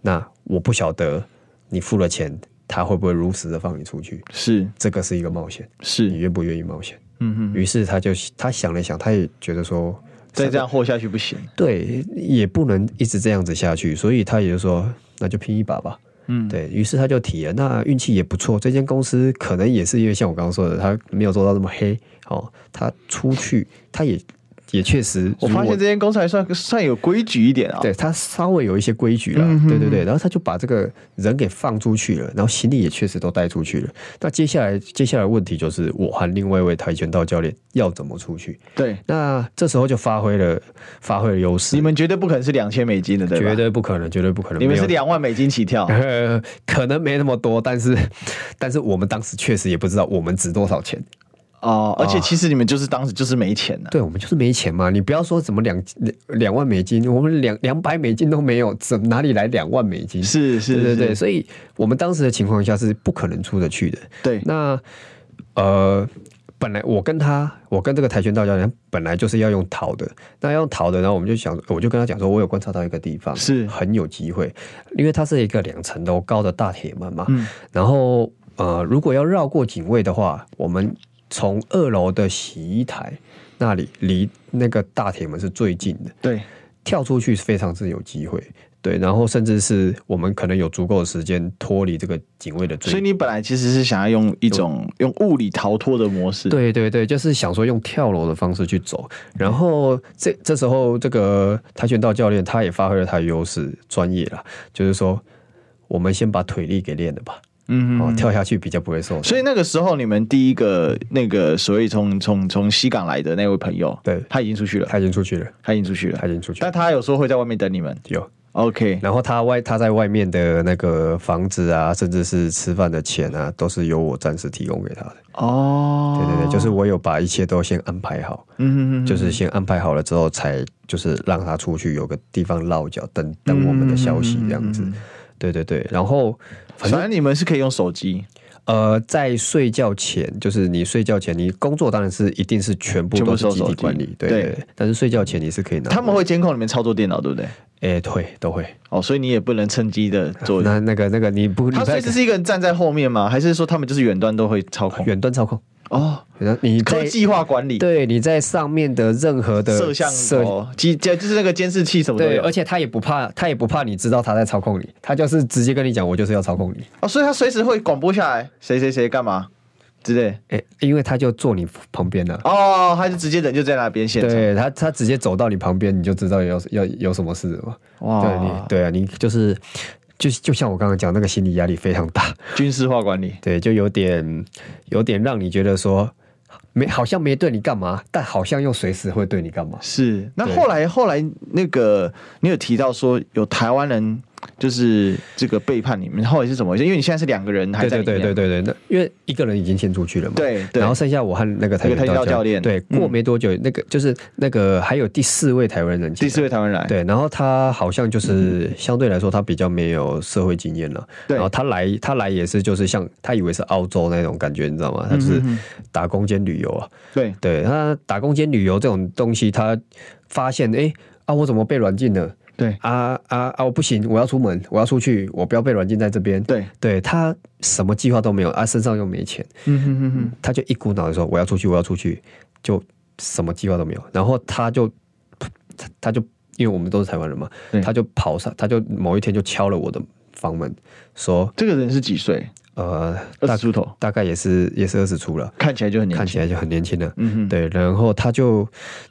B: 那我不晓得你付了钱，他会不会如实的放你出去？
A: 是
B: 这个是一个冒险，你
A: 是，
B: 愿不愿意冒险？
A: 嗯嗯，
B: 于是他就他想了想，他也觉得说，
A: 再这样活下去不行，
B: 对，也不能一直这样子下去，所以他也就说，那就拼一把吧。
A: 嗯，
B: 对于是他就提了，那运气也不错，这间公司可能也是因为像我刚刚说的，他没有做到那么黑哦，他出去他也也确实，
A: 我发现这间公司还算算有规矩一点啊，
B: 对他稍微有一些规矩了，
A: 嗯
B: 对对对，然后他就把这个人给放出去了，然后行李也确实都带出去了。那接下来接下来问题就是我和另外一位跆拳道教练要怎么出去？
A: 对，
B: 那这时候就发挥了发挥了优势，
A: 你们绝对不可能是两千美金的，对哎吧？
B: 绝对不可能，绝对不可能，
A: 你们
B: 没有，
A: 是两万美金起跳
B: <laughs> 呃，可能没那么多，但是但是我们当时确实也不知道我们值多少钱。
A: 哦，而且其实你们就是当时就是没钱呢、
B: 对，我们就是没钱嘛，你不要说怎么两两两万美金，我们两两百美金都没有，怎哪里来两万美金？
A: 是是
B: 对对对，
A: 是
B: 所以我们当时的情况下是不可能出得去的。
A: 对
B: 那呃，本来我跟他，我跟这个跆拳道教练本来就是要用逃的，那要用逃的，然后我们就想，我就跟他讲说，我有观察到一个地方
A: 是
B: 很有机会，因为它是一个两层楼高的大铁门嘛，然后呃，如果要绕过警卫的话，我们从二楼的洗衣台那里离那个大铁门是最近的，
A: 对
B: 跳出去非常是有机会，对，然后甚至是我们可能有足够的时间脱离这个警卫的追
A: 所以你本来其实是想要用一种用物理逃脱的模式，，
B: 对对对，就是想说用跳楼的方式去走，然后这这时候这个跆拳道教练他也发挥了他的优势，专业啦，就是说我们先把腿力给练了吧，
A: 嗯
B: 哦，
A: 哼。
B: 跳下去比较不会受伤。
A: 所以那个时候，你们第一个那个所谓从从从西港来的那位朋友，
B: 对
A: 他已经出去了，
B: 他已经出去了，
A: 他已经出去了，
B: 他已经出去了
A: 但他有说会在外面等你们。
B: 有。
A: OK，
B: 然后他外他在外面的那个房子啊，甚至是吃饭的钱啊，都是由我暂时提供给他的。
A: 哦，
B: 对对对，就是我有把一切都先安排好。
A: 嗯哼哼，
B: 就是先安排好了之后，才就是让他出去有个地方落脚，等等我们的消息这样
A: 嗯
B: 子。对对对，然后
A: 反正你们是可以用手机，
B: 呃，在睡觉前，就是你睡觉前，你工作当然是一定是全部
A: 全部
B: 都是
A: 收
B: 集
A: 手
B: 体
A: 机
B: 管理，对
A: 对
B: 对对但是睡觉前你是可以拿
A: 他们会监控你们操作电脑，对不对？
B: 哎，会都会。
A: 哦，所以你也不能趁机的做。
B: 那那个那个你不你
A: 他
B: 不
A: 所
B: 要
A: 以这是一个人站在后面吗？还是说他们就是远端都会操控？
B: 远端操控，
A: 哦，
B: 然后你
A: 科
B: 在
A: 技化管理，
B: 对你在上面的任何的
A: 摄像头、机就是那个监视器什么都
B: 对，
A: 有
B: 而。且他也不怕，他也不怕你知道他在操控你，他就是直接跟你讲，我就是要操控你。
A: 哦，所以他随时会广播下来，谁谁谁干嘛之类。
B: 哎、因为他就坐你旁边了、啊
A: 哦，他就直接人就在那边现场。
B: 对他，他直接走到你旁边，你就知道有要有什么事了嘛。
A: 哇
B: 对你，对啊，你就是就就像我刚刚讲，那个心理压力非常大， <laughs>
A: 军事化管理。
B: 对，就有点有点让你觉得说没好像没对你干嘛，但好像又随时会对你干嘛。
A: 是，那
B: 对
A: 后来后来那个你有提到说有台湾人就是这个背叛你们，后来是怎么回事？因为你现在是两个人还
B: 对
A: 在
B: 对
A: 里面
B: 对对对对，那因为一个人已经先出去了嘛，
A: 对对
B: 然后剩下我和那个跆
A: 那个
B: 拳
A: 跆
B: 道
A: 拳道教练
B: 对，
A: 嗯
B: 过没多久，那个就是那个还有第四位台湾人进
A: 第
B: 来，
A: 四位台湾人来，
B: 对，然后他好像就是相对来说他比较没有社会经验了。
A: 对
B: 然后他来他来也是就是像他以为是澳洲那种感觉，你知道吗？他就是打工兼旅游啊。
A: 对
B: 对，他打工兼旅游这种东西，他发现哎啊我怎么被软禁了？
A: 对
B: 啊啊啊！我不行，我要出门，我要出去，我不要被软禁在这边。
A: 对
B: 对他什么计划都没有啊，身上又没钱，
A: 嗯哼哼哼，
B: 他就一股脑的说我要出去，我要出去，就什么计划都没有。然后他就他他就因为我们都是台湾人嘛
A: 对，
B: 他就跑上，他就某一天就敲了我的房门，说
A: 这个人是几岁？
B: 呃，
A: 二
B: 大
A: 十出头
B: 大概也是也是二十出了，
A: 看起来就很年
B: 看起
A: 轻。
B: 来就很年轻了。
A: 嗯哼，
B: 对，然后他就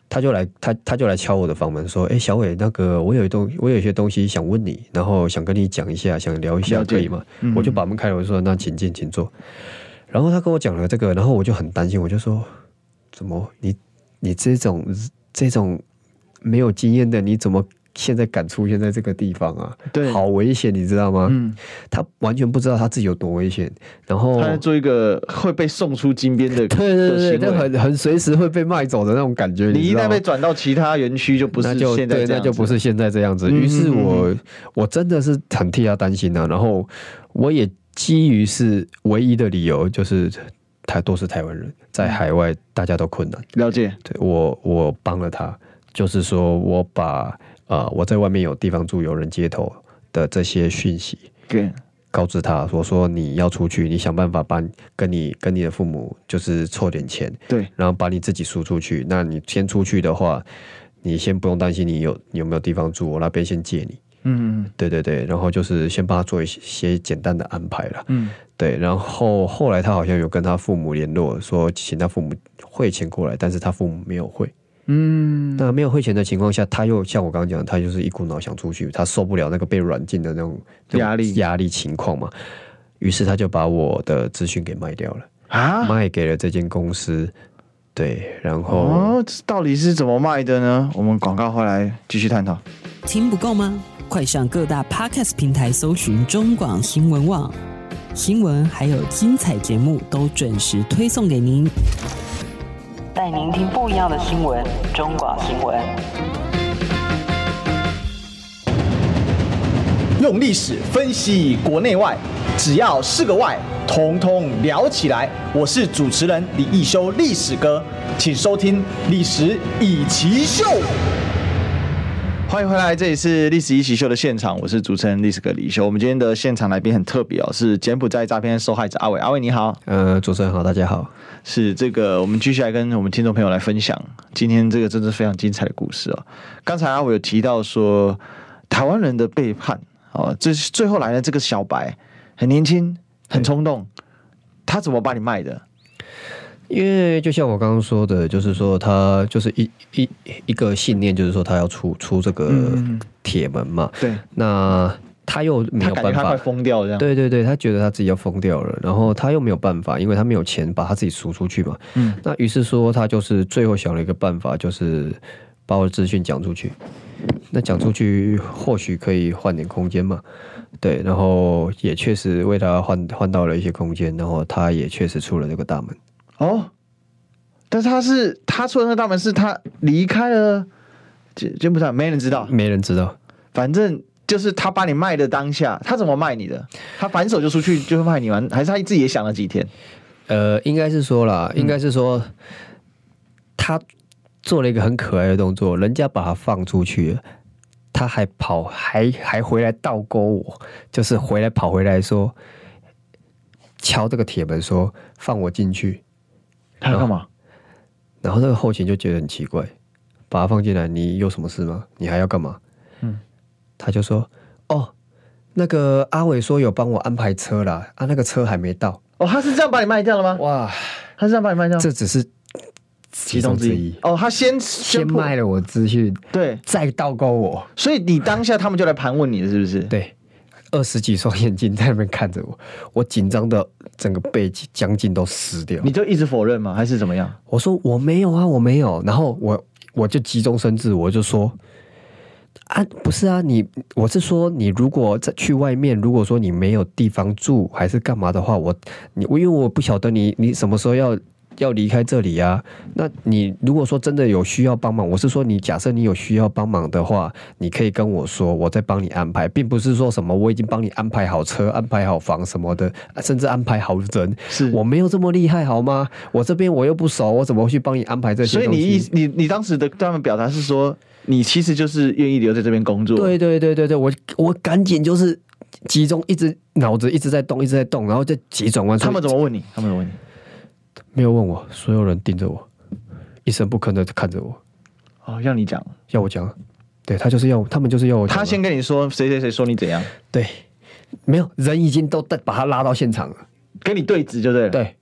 B: 他就来他他就来敲我的房门说：“哎，小伟，那个我有一东我有一些东西想问你，然后想跟你讲一下，想聊一下，
A: 了解嗯
B: 可以吗？”我就把门开了，我就说：“那请进，请坐。”然后他跟我讲了这个，然后我就很担心，我就说：“怎么你你这种这种没有经验的，你怎么现在敢出现在这个地方啊？
A: 对
B: 好危险，你知道吗？
A: 嗯，
B: 他完全不知道他自己有多危险，然后
A: 他在做一个会被送出金边 <laughs> 的
B: 对对对，
A: 的行
B: 那
A: 为
B: 很很随时会被卖走的那种感觉。
A: 你
B: 知
A: 一
B: 道
A: 旦
B: 吗
A: 被转到其他园区，就不是
B: 那就
A: 现在
B: 对，
A: 这
B: 那
A: 样
B: 就不
A: 子
B: 是现在这样子。
A: 嗯
B: 于是
A: 嗯
B: 我、我真的是很替他担心啊。然后我也基于是唯一的理由，就是他都是台湾人，在海外大家都困难。
A: 了解，
B: 对我我帮了他，就是说我把呃我在外面有地方住、有人接头的这些讯息，
A: 对，
B: 告知他，我说你要出去，你想办法把你跟你跟你的父母就是凑点钱，
A: 对，
B: 然后把你自己输出去。那你先出去的话，你先不用担心你有你有没有地方住，我那边先借你。
A: 嗯
B: 对对对，然后就是先帮他做一些些简单的安排了。
A: 嗯，
B: 对，然后后来他好像有跟他父母联络，说请他父母汇钱过来，但是他父母没有汇。
A: 嗯，
B: 那没有汇钱的情况下，他又像我刚刚讲的，他就是一股脑想出去，他受不了那个被软禁的那种那种
A: 压力
B: 压力情况嘛，于是他就把我的资讯给卖掉了，
A: 啊，
B: 卖给了这间公司。对，然后、
A: 哦，这到底是怎么卖的呢？我们广告回来继续探讨。
D: 听不够吗？快上各大 podcast 平台搜寻中广新闻网，新闻还有精彩节目都准时推送给您。
F: 带您听不一样的新闻，中广新闻。
E: 用历史分析国内外，只要是个“外”，统统聊起来。我是主持人李一修，历史哥，请收听《历史以奇秀》。
A: 欢迎回来，这里是《历史一起秀》的现场，我是主持人历史哥李修。我们今天的现场来宾很特别哦，是柬埔寨诈骗受害者阿伟。阿伟你好，
B: 呃，主持人好，大家好。
A: 是这个我们继续来跟我们听众朋友来分享今天这个真的是非常精彩的故事哦。刚才阿伟有提到说台湾人的背叛哦，这是最后来的这个小白很年轻，很冲动，他怎么把你卖的？
B: 因为就像我刚刚说的，就是说他就是一一一个信念，就是说他要出出这
A: 嗯
B: 个铁门嘛。
A: 对
B: 那他又没
A: 他
B: 有
A: 感觉
B: 办
A: 他快
B: 法，
A: 疯掉了这样。
B: 对对对，他觉得他自己要疯掉了，然后他又没有办法，因为他没有钱把他自己赎出去嘛。
A: 嗯，
B: 那于是说他就是最后想了一个办法，就是把我的资讯讲出去。那讲出去或许可以换点空间嘛，对，然后也确实为他换换到了一些空间，然后他也确实出了这个大门。
A: 哦，但是他是他出的那个大门是他离开了柬柬埔寨，没人知道，
B: 没人知道，
A: 反正。就是他把你卖的当下，他怎么卖你的？他反手就出去，就会卖你完，还是他自己也想了几天？
B: 呃，应该是说啦，
A: 嗯
B: 应该是说、他做了一个很可爱的动作，人家把他放出去了，他还跑，还还回来倒钩我，就是回来跑回来说敲这个铁门说放我进去，
A: 他要干嘛？
B: 然后那个后勤就觉得很奇怪，把他放进来，你有什么事吗？你还要干嘛？
A: 嗯，
B: 他就说哦，那个阿伟说有帮我安排车啦，啊，那个车还没到，
A: 哦，他是这样把你卖掉了吗？
B: 哇，
A: 他是这样把你卖掉，
B: 这只是
A: 其
B: 其
A: 中
B: 中
A: 之
B: 之
A: 一
B: 一。。
A: 哦，他先
B: 先
A: 破
B: 卖了我资讯，
A: 对，
B: 再倒钩我。
A: 所以你当下他们就来盘问你了，是不是？，
B: 对，二十几双眼睛在那边看着我，我紧张的整个背脊将近都湿掉
A: 你。就一直否认吗？还是怎么样？
B: 我说我没有啊，我没有。然后我我就急中生智，我就说。啊，不是啊，你我是说，你如果在去外面，如果说你没有地方住还是干嘛的话，我你我因为我不晓得你你什么时候要要离开这里啊。那你如果说真的有需要帮忙，我是说你假设你有需要帮忙的话，你可以跟我说，我再帮你安排，并不是说什么我已经帮你安排好车、安排好房什么的，啊甚至安排好人，
A: 是
B: 我没有这么厉害好吗？我这边我又不熟，我怎么去帮你安排这些
A: 所
B: 东
A: 以
B: 西？
A: 你意你你当时的对他们表达是说，你其实就是愿意留在这边工作。
B: 对对对对对，我我赶紧就是集中，一直脑子一直在动，一直在动，然后再急转弯。
A: 他们怎
B: 么
A: 么问你？他们怎么问你？
B: 没有问我？所有人盯着我，一声不吭的看着我，
A: 哦，让你讲，
B: 要我讲啊。对他就是要我，他们就是要我讲啊。
A: 他先跟你说谁谁谁说你怎样，
B: 对，没有人已经都带把他拉到现场了，
A: 跟你对峙就对了。，
B: 对，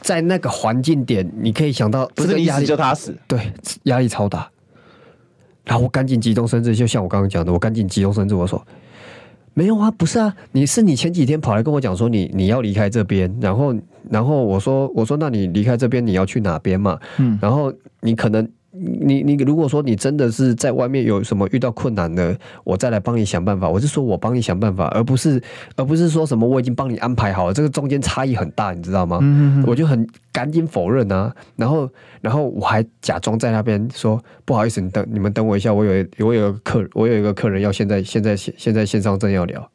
B: 在那个环境点，你可以想到
A: 不
B: 这
A: 是
B: 个
A: 你
B: 压
A: 死
B: 力
A: 就他死。
B: 对，压力超大。然后我赶紧急中生智，就像我刚刚讲的，我赶紧急中生智，我说没有啊，不是啊，你是你前几天跑来跟我讲说你你要离开这边，然后然后我说我说那你离开这边你要去哪边嘛？嗯，然后你可能。你你如果说你真的是在外面有什么遇到困难的，我再来帮你想办法。我是说我帮你想办法，而不是而不是说什么我已经帮你安排好了，这个中间差异很大，你知道吗？
A: 嗯
B: 我就很赶紧否认啊，然后然后我还假装在那边说不好意思，你等你们等我一下，我有我有个客我有一个客人要现在现在现在线上正要聊，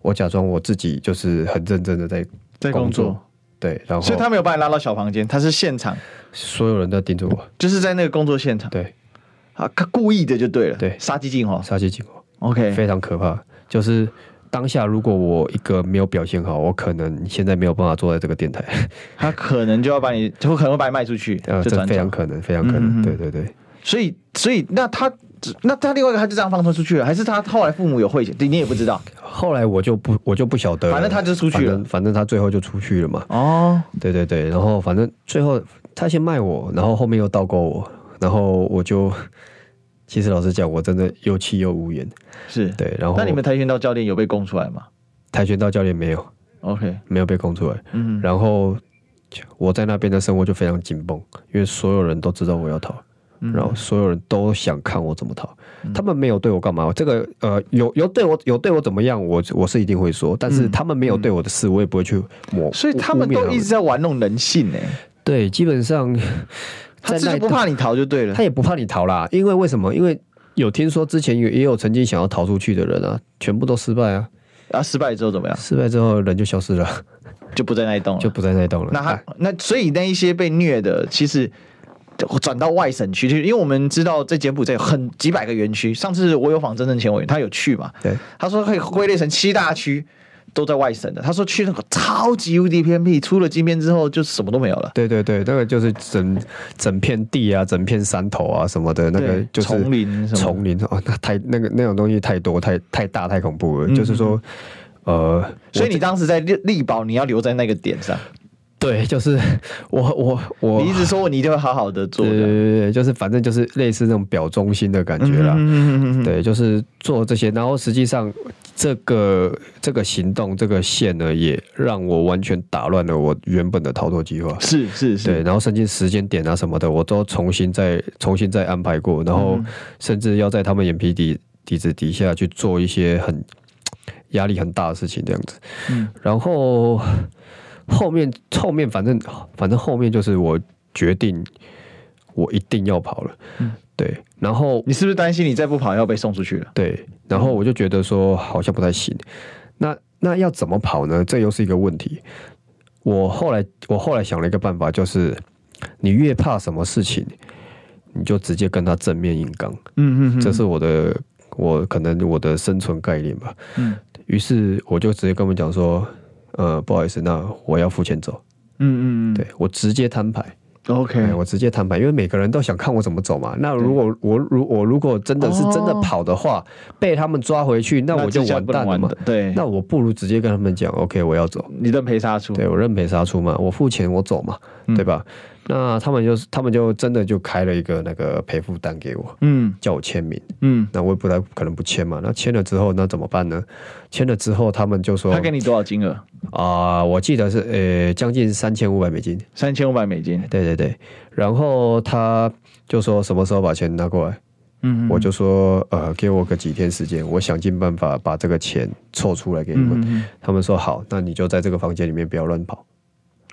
B: 我假装我自己就是很认真的在
A: 在工作
B: 对，然后
A: 所以他没有把你拉到小房间，他是现场，
B: 所有人都盯着我，
A: 就是在那个工作现场。
B: 对，
A: 啊，他故意的就对了。
B: 对
A: 杀鸡儆猴。
B: 杀鸡儆猴，
A: OK，
B: 非常可怕，就是。当下如果我一个没有表现好，我可能现在没有办法坐在这个电台，
A: 他可能就要把你，就可能会把你卖出去，
B: 呃，
A: 就
B: 这
A: 转
B: 非常
A: 角。嗯
B: 可能，非常可能，对对对，
A: 所以，所以那他，那他另外一个他就这样放出去了，还是他后来父母有汇钱？你也不知道。
B: 后来我就不我就不晓得了，
A: 反正他就出去了
B: 反正反正他最后就出去了嘛。
A: 哦，
B: 对对对，然后反正最后他先卖我，然后后面又倒钩我，然后我就 <laughs> 其实老实讲，我真的又气又无言。
A: 是。
B: 对，然后
A: 那你们跆拳道教练有被供出来吗
B: 跆拳道教练没有
A: ？OK，
B: 没有被供出来，
A: 嗯，
B: 然后我在那边的生活就非常紧绷，因为所有人都知道我要逃。
A: 嗯
B: 然后所有人都想看我怎么逃，他们没有对我干嘛，这个呃有有对我有对我怎么样，我我是一定会说，但是他们没有对我的事，我也不会去抹。
A: 嗯所以他们
B: 污蔑
A: 都一直在玩弄人性呢、欸
B: 对，基本上
A: <laughs> 他
B: 在
A: 只
B: 那
A: 是
B: 一
A: 不
B: 段
A: 怕你逃就对了
B: 他。也不怕你逃啦，因为为什么？因为有听说之前有也有曾经想要逃出去的人啊，全部都失败啊，
A: 啊，失败之后怎么样？
B: 失败之后人就消失了，
A: 就不在那一栋了。
B: 就不在那一栋了。
A: 哦那他
B: 哎
A: 那所以那一些被虐的，其实转到外省区去，因为我们知道在柬埔寨有很几百个园区。上次我有访真正前委员，他有去嘛？
B: 对，
A: 他说可以归类成七大区。都在外省的，他说去那个超级无敌偏僻，出了金边之后就什么都没有了，
B: 对对对，那个就是整整片地啊，整片山头啊什么的，那个
A: 对
B: 就是
A: 丛林什么的
B: 丛林哦，那太那个那种东西太多，太太大，太恐怖了。
A: 嗯
B: 就是说，呃，
A: 所以你当时在力力保你要留在那个点上，
B: 对，就是 <laughs> 我我我
A: 你一直说你一定会好好的做
B: 对对
A: 的，
B: 对对，就是反正就是类似那种表忠心的感觉啦。
A: 嗯
B: 对，就是做这些，然后实际上这个这个行动这个线呢，也让我完全打乱了我原本的逃脱计划。
A: 是是是，
B: 对，然后甚至时间点啊什么的，我都重新再重新再安排过，然
A: 嗯
B: 后甚至要在他们眼皮底底子底下去做一些很压力很大的事情这样子。
A: 嗯
B: 然后后面后面反正反正后面就是我决定我一定要跑了，
A: 嗯
B: 对，然后
A: 你是不是担心你再不跑要被送出去了？
B: 对，然后我就觉得说好像不太行。那那要怎么跑呢？这又是一个问题。我后来我后来想了一个办法，就是你越怕什么事情，你就直接跟他正面硬刚。
A: 嗯
B: 这是我的我可能我的生存概念吧。
A: 嗯
B: 于是我就直接跟他们讲说，呃，不好意思，那我要付钱走。
A: 嗯嗯
B: 对我直接摊牌。
A: 嗯
B: 哎，
A: ，OK，
B: 我直接摊牌，因为每个人都想看我怎么走嘛。那如果我如我如果真的是真的跑的话，被他们抓回去，那我就
A: 哦这下
B: 完
A: 不能
B: 蛋了
A: 玩
B: 嘛
A: 的。，对，
B: 那我不如直接跟他们讲，OK，我要走，
A: 你认赔杀出，
B: 对我认赔杀出嘛，我付钱我走嘛，
A: 嗯
B: 对吧？那他们就是他们就真的就开了一个那个赔付单给我，
A: 嗯
B: 叫我签名。
A: 嗯，
B: 那我也不太可能不签嘛。那签了之后，那怎么办呢？签了之后，他们就说
A: 他给你多少金额？
B: 啊、我记得是呃将近三千五百美金。
A: 三千五百美金。
B: 对对对，然后他就说什么时候把钱拿过来，
A: 嗯
B: 我就说呃，给我个几天时间，我想尽办法把这个钱凑出来给你
A: 嗯
B: 们。他们说好，那你就在这个房间里面不要乱跑。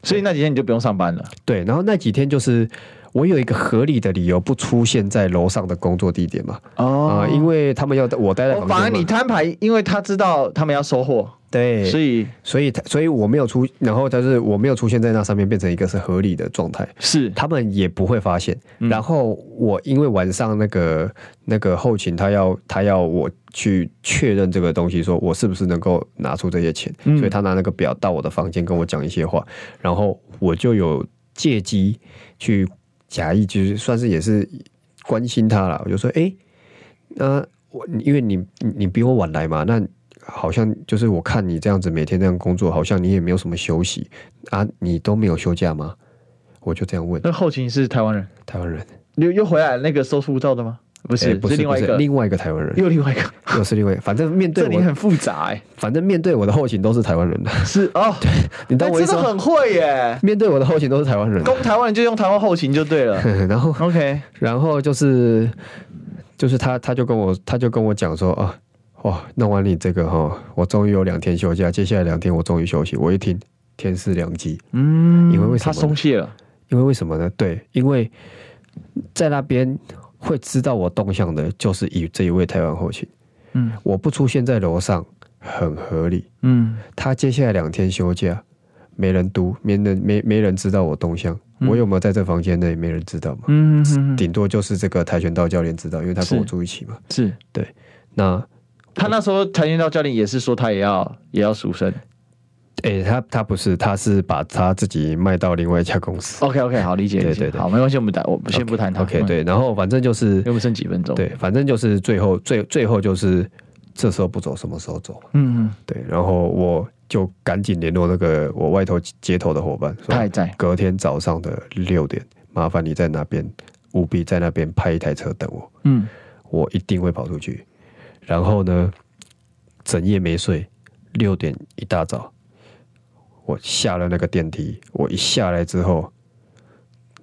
A: 所以那几天你就不用上班了。
B: 对，然后那几天就是我有一个合理的理由不出现在楼上的工作地点嘛，啊、
A: 哦
B: 因为他们要我待在
A: 我
B: 房间嘛，
A: 反而你摊牌，因为他知道他们要收货，
B: 对，
A: 所以
B: 所以他所以我没有出，然后但是我没有出现在那上面，变成一个是合理的状态。
A: 是
B: 他们也不会发现。然后我因为晚上那个那个后勤，他要他要我去确认这个东西，说我是不是能够拿出这些钱，所以他拿那个表到我的房间跟我讲一些话，然后我就有借机去假意，就是算是也是关心他了。我就说，哎、那我因为你你你比我晚来嘛，那好像就是我看你这样子每天这样工作，好像你也没有什么休息啊，你都没有休假吗？我就这样问
A: 那后勤是台湾人，
B: 台湾人，
A: 又又回来那个收护照的吗？不
B: 诶
A: 是，
B: 不是
A: 另外一
B: 不
A: 个
B: 是，另外一个台湾人，
A: 又另外一 <laughs> 个，
B: 又是另外一个，反正面对
A: 这里很
B: 我，
A: 复杂 <laughs> 哎，
B: 反正面对我的后勤都是台湾
A: <laughs>
B: 人的，
A: 是哦，
B: 你当
A: 哎
B: 我一
A: 真的
B: 说，
A: 很会耶，
B: 面对我的后勤都是台湾人。
A: <laughs> 攻台湾人就用台湾后勤就对了 <laughs>
B: 然后
A: OK，
B: 然后就是就是他他就跟我他就跟我讲说啊，哇，弄完你这个哈、我终于有两天休假，接下来两天我终于休息。我一听天是良机，
A: 嗯
B: 因为为什么
A: 他
B: 呢
A: 松懈了？
B: 因为为什么呢？对，因为在那边会知道我动向的，就是以这一位台湾后勤，
A: 嗯
B: 我不出现在楼上很合理。
A: 嗯，
B: 他接下来两天休假，没人督，没人没没人知道我动向，我有没有在这房间内，没人知道嘛。
A: 嗯嗯
B: 顶多就是这个跆拳道教练知道，因为他跟我
A: 是
B: 住一起嘛。
A: 是
B: 那
A: 他那时候跆拳道教练也是说他也要也要赎身。
B: 诶、他他不是，他是把他自己卖到另外一家公司。
A: OK OK，好理解
B: 对
A: 理解
B: 对对
A: 好没关系，我们打我哦们先不谈他。
B: OK，
A: 嗯，
B: 对，然后反正就是
A: 因为我们剩几分钟。，
B: 对，反正就是最后最最后就是这时候不走，什么时候走嘛？
A: 嗯，嗯
B: 对，然后我就赶紧联络那个我外头接头的伙伴，
A: 他还
B: 说
A: 在。
B: 隔天早上的六点，麻烦你在那边务必在那边派一台车等我，
A: 嗯，
B: 我一定会跑出去。然后呢，整夜没睡，六点一大早，我下了那个电梯，我一下来之后，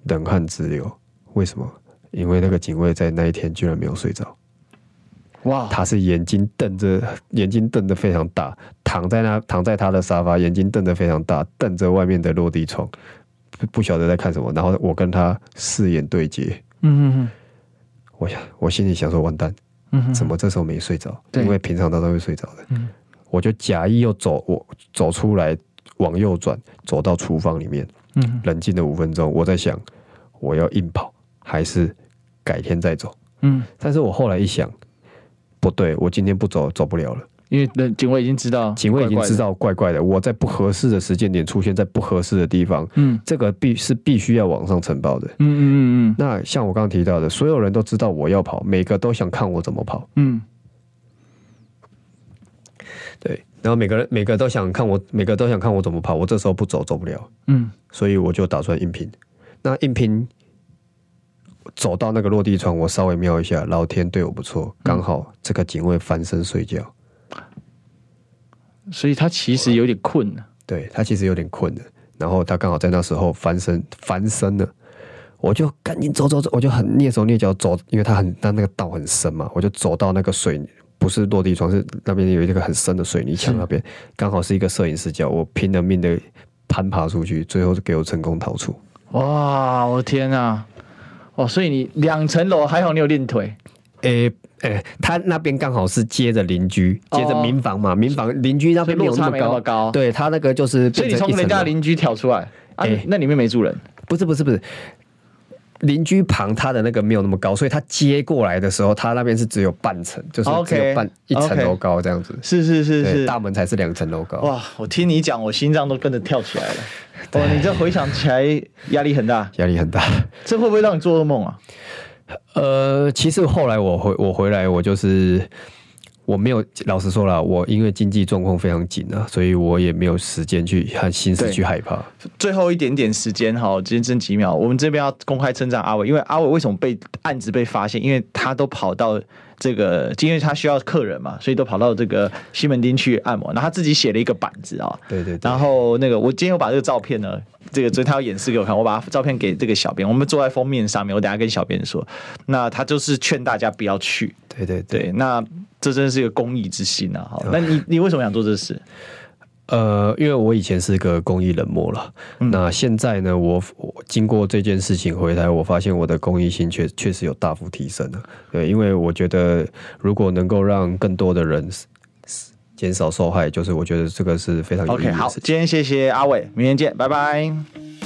B: 冷汗直流。为什么？因为那个警卫在那一天居然没有睡着，
A: 哇，
B: 他是眼睛瞪着，眼睛瞪得非常大，躺在那躺在他的沙发，眼睛瞪得非常大，瞪着外面的落地窗，不不晓得在看什么。然后我跟他四眼对接，
A: 嗯嗯
B: 我想我心里想说完蛋，
A: 嗯嗯，
B: 怎么这时候没睡着？
A: 对
B: 因为平常他都会睡着的。
A: 嗯
B: 我就假意又走，我走出来，往右转，走到厨房里面，
A: 嗯
B: 冷静了五分钟。我在想，我要硬跑还是改天再走？
A: 嗯，
B: 但是我后来一想，不对，我今天不走，走不了了。
A: 因为那警卫已经知道，
B: 警卫已经
A: 怪
B: 知
A: 怪的。
B: 道怪怪的，我在不合适的时间点出现在不合适的地方，
A: 嗯
B: 这个必是必须要往上呈报的。
A: 嗯嗯嗯
B: 那像我刚刚提到的，所有人都知道我要跑，每个都想看我怎么跑。
A: 嗯
B: 对，然后每个人每个都想看我，每个都想看我怎么跑，我这时候不走走不了，
A: 嗯
B: 所以我就打算硬拼。那硬拼走到那个落地窗，我稍微瞄一下，老天对我不错，刚好这个警卫翻身睡觉，
A: 嗯，所以他其实有点困啊了。
B: 对他其实有点困了，然后他刚好在那时候翻身翻身了。我就赶紧走走走，我就很蹑手蹑脚走，因为他很他那个道很深嘛，我就走到那个水泥不是落地窗，是那边有一个很深的水泥墙
A: 是
B: 那边，刚好是一个摄影视角，我拼了命的攀爬出去，最后给我成功逃出。
A: 哇，我的天啊！哦，所以你两层楼还好，你有练腿。
B: 诶、诶、他那边刚好是接着邻居，接着
A: 哦
B: 民房嘛，民房邻居那边没有那
A: 所以落差
B: 么
A: 没那
B: 高，
A: 么高
B: 对他那个就是
A: 所
B: 变
A: 以你从
B: 成一层
A: 人家
B: 楼
A: 邻居跳出来啊
B: 哎？
A: 那里面没住人。
B: 不是不是不是，邻居旁他的那个没有那么高，所以他接过来的时候，他那边是只有半层，就是只
A: OK，
B: 有半一层
A: OK
B: 楼高这样子。
A: 是是是
B: 对，
A: 是，
B: 大门才是两层楼高。
A: 哇！我听你讲，我心脏都跟着跳起来 <laughs> 了。哇，你这回想起来压力很大，
B: 压
A: <laughs>
B: 力很大。
A: 这会不会让你做噩梦啊？
B: 呃，其实后来我回我回来，我就是我没有老实说了，我因为经济状况非常紧啊，所以我也没有时间去和心思
A: 对
B: 去害怕。
A: 最后一点点时间哈，今天剩几秒，我们这边要公开称赞阿伟，因为阿伟为什么被案子被发现？因为他都跑到这个，因为他需要客人嘛，所以都跑到这个西门町去按摩。然后他自己写了一个板子啊，
B: 对对对
A: 然后那个我今天有把这个照片呢，这个昨天他要演示给我看，我把照片给这个小编，我们坐在封面上面，我等一下跟小编说，那他就是劝大家不要去。
B: 对对对，
A: 对，那这真是一个公益之心啊！好，那你你为什么想做这事？
B: 呃，因为我以前是个公益冷漠了，
A: 嗯
B: 那现在呢，我我经过这件事情回来，我发现我的公益心确确实有大幅提升了。啊对，因为我觉得如果能够让更多的人减少受害，就是我觉得这个是非常有意义
A: OK，
B: 的
A: 好，
B: 事情。
A: 今天谢谢阿伟，明天见，拜拜。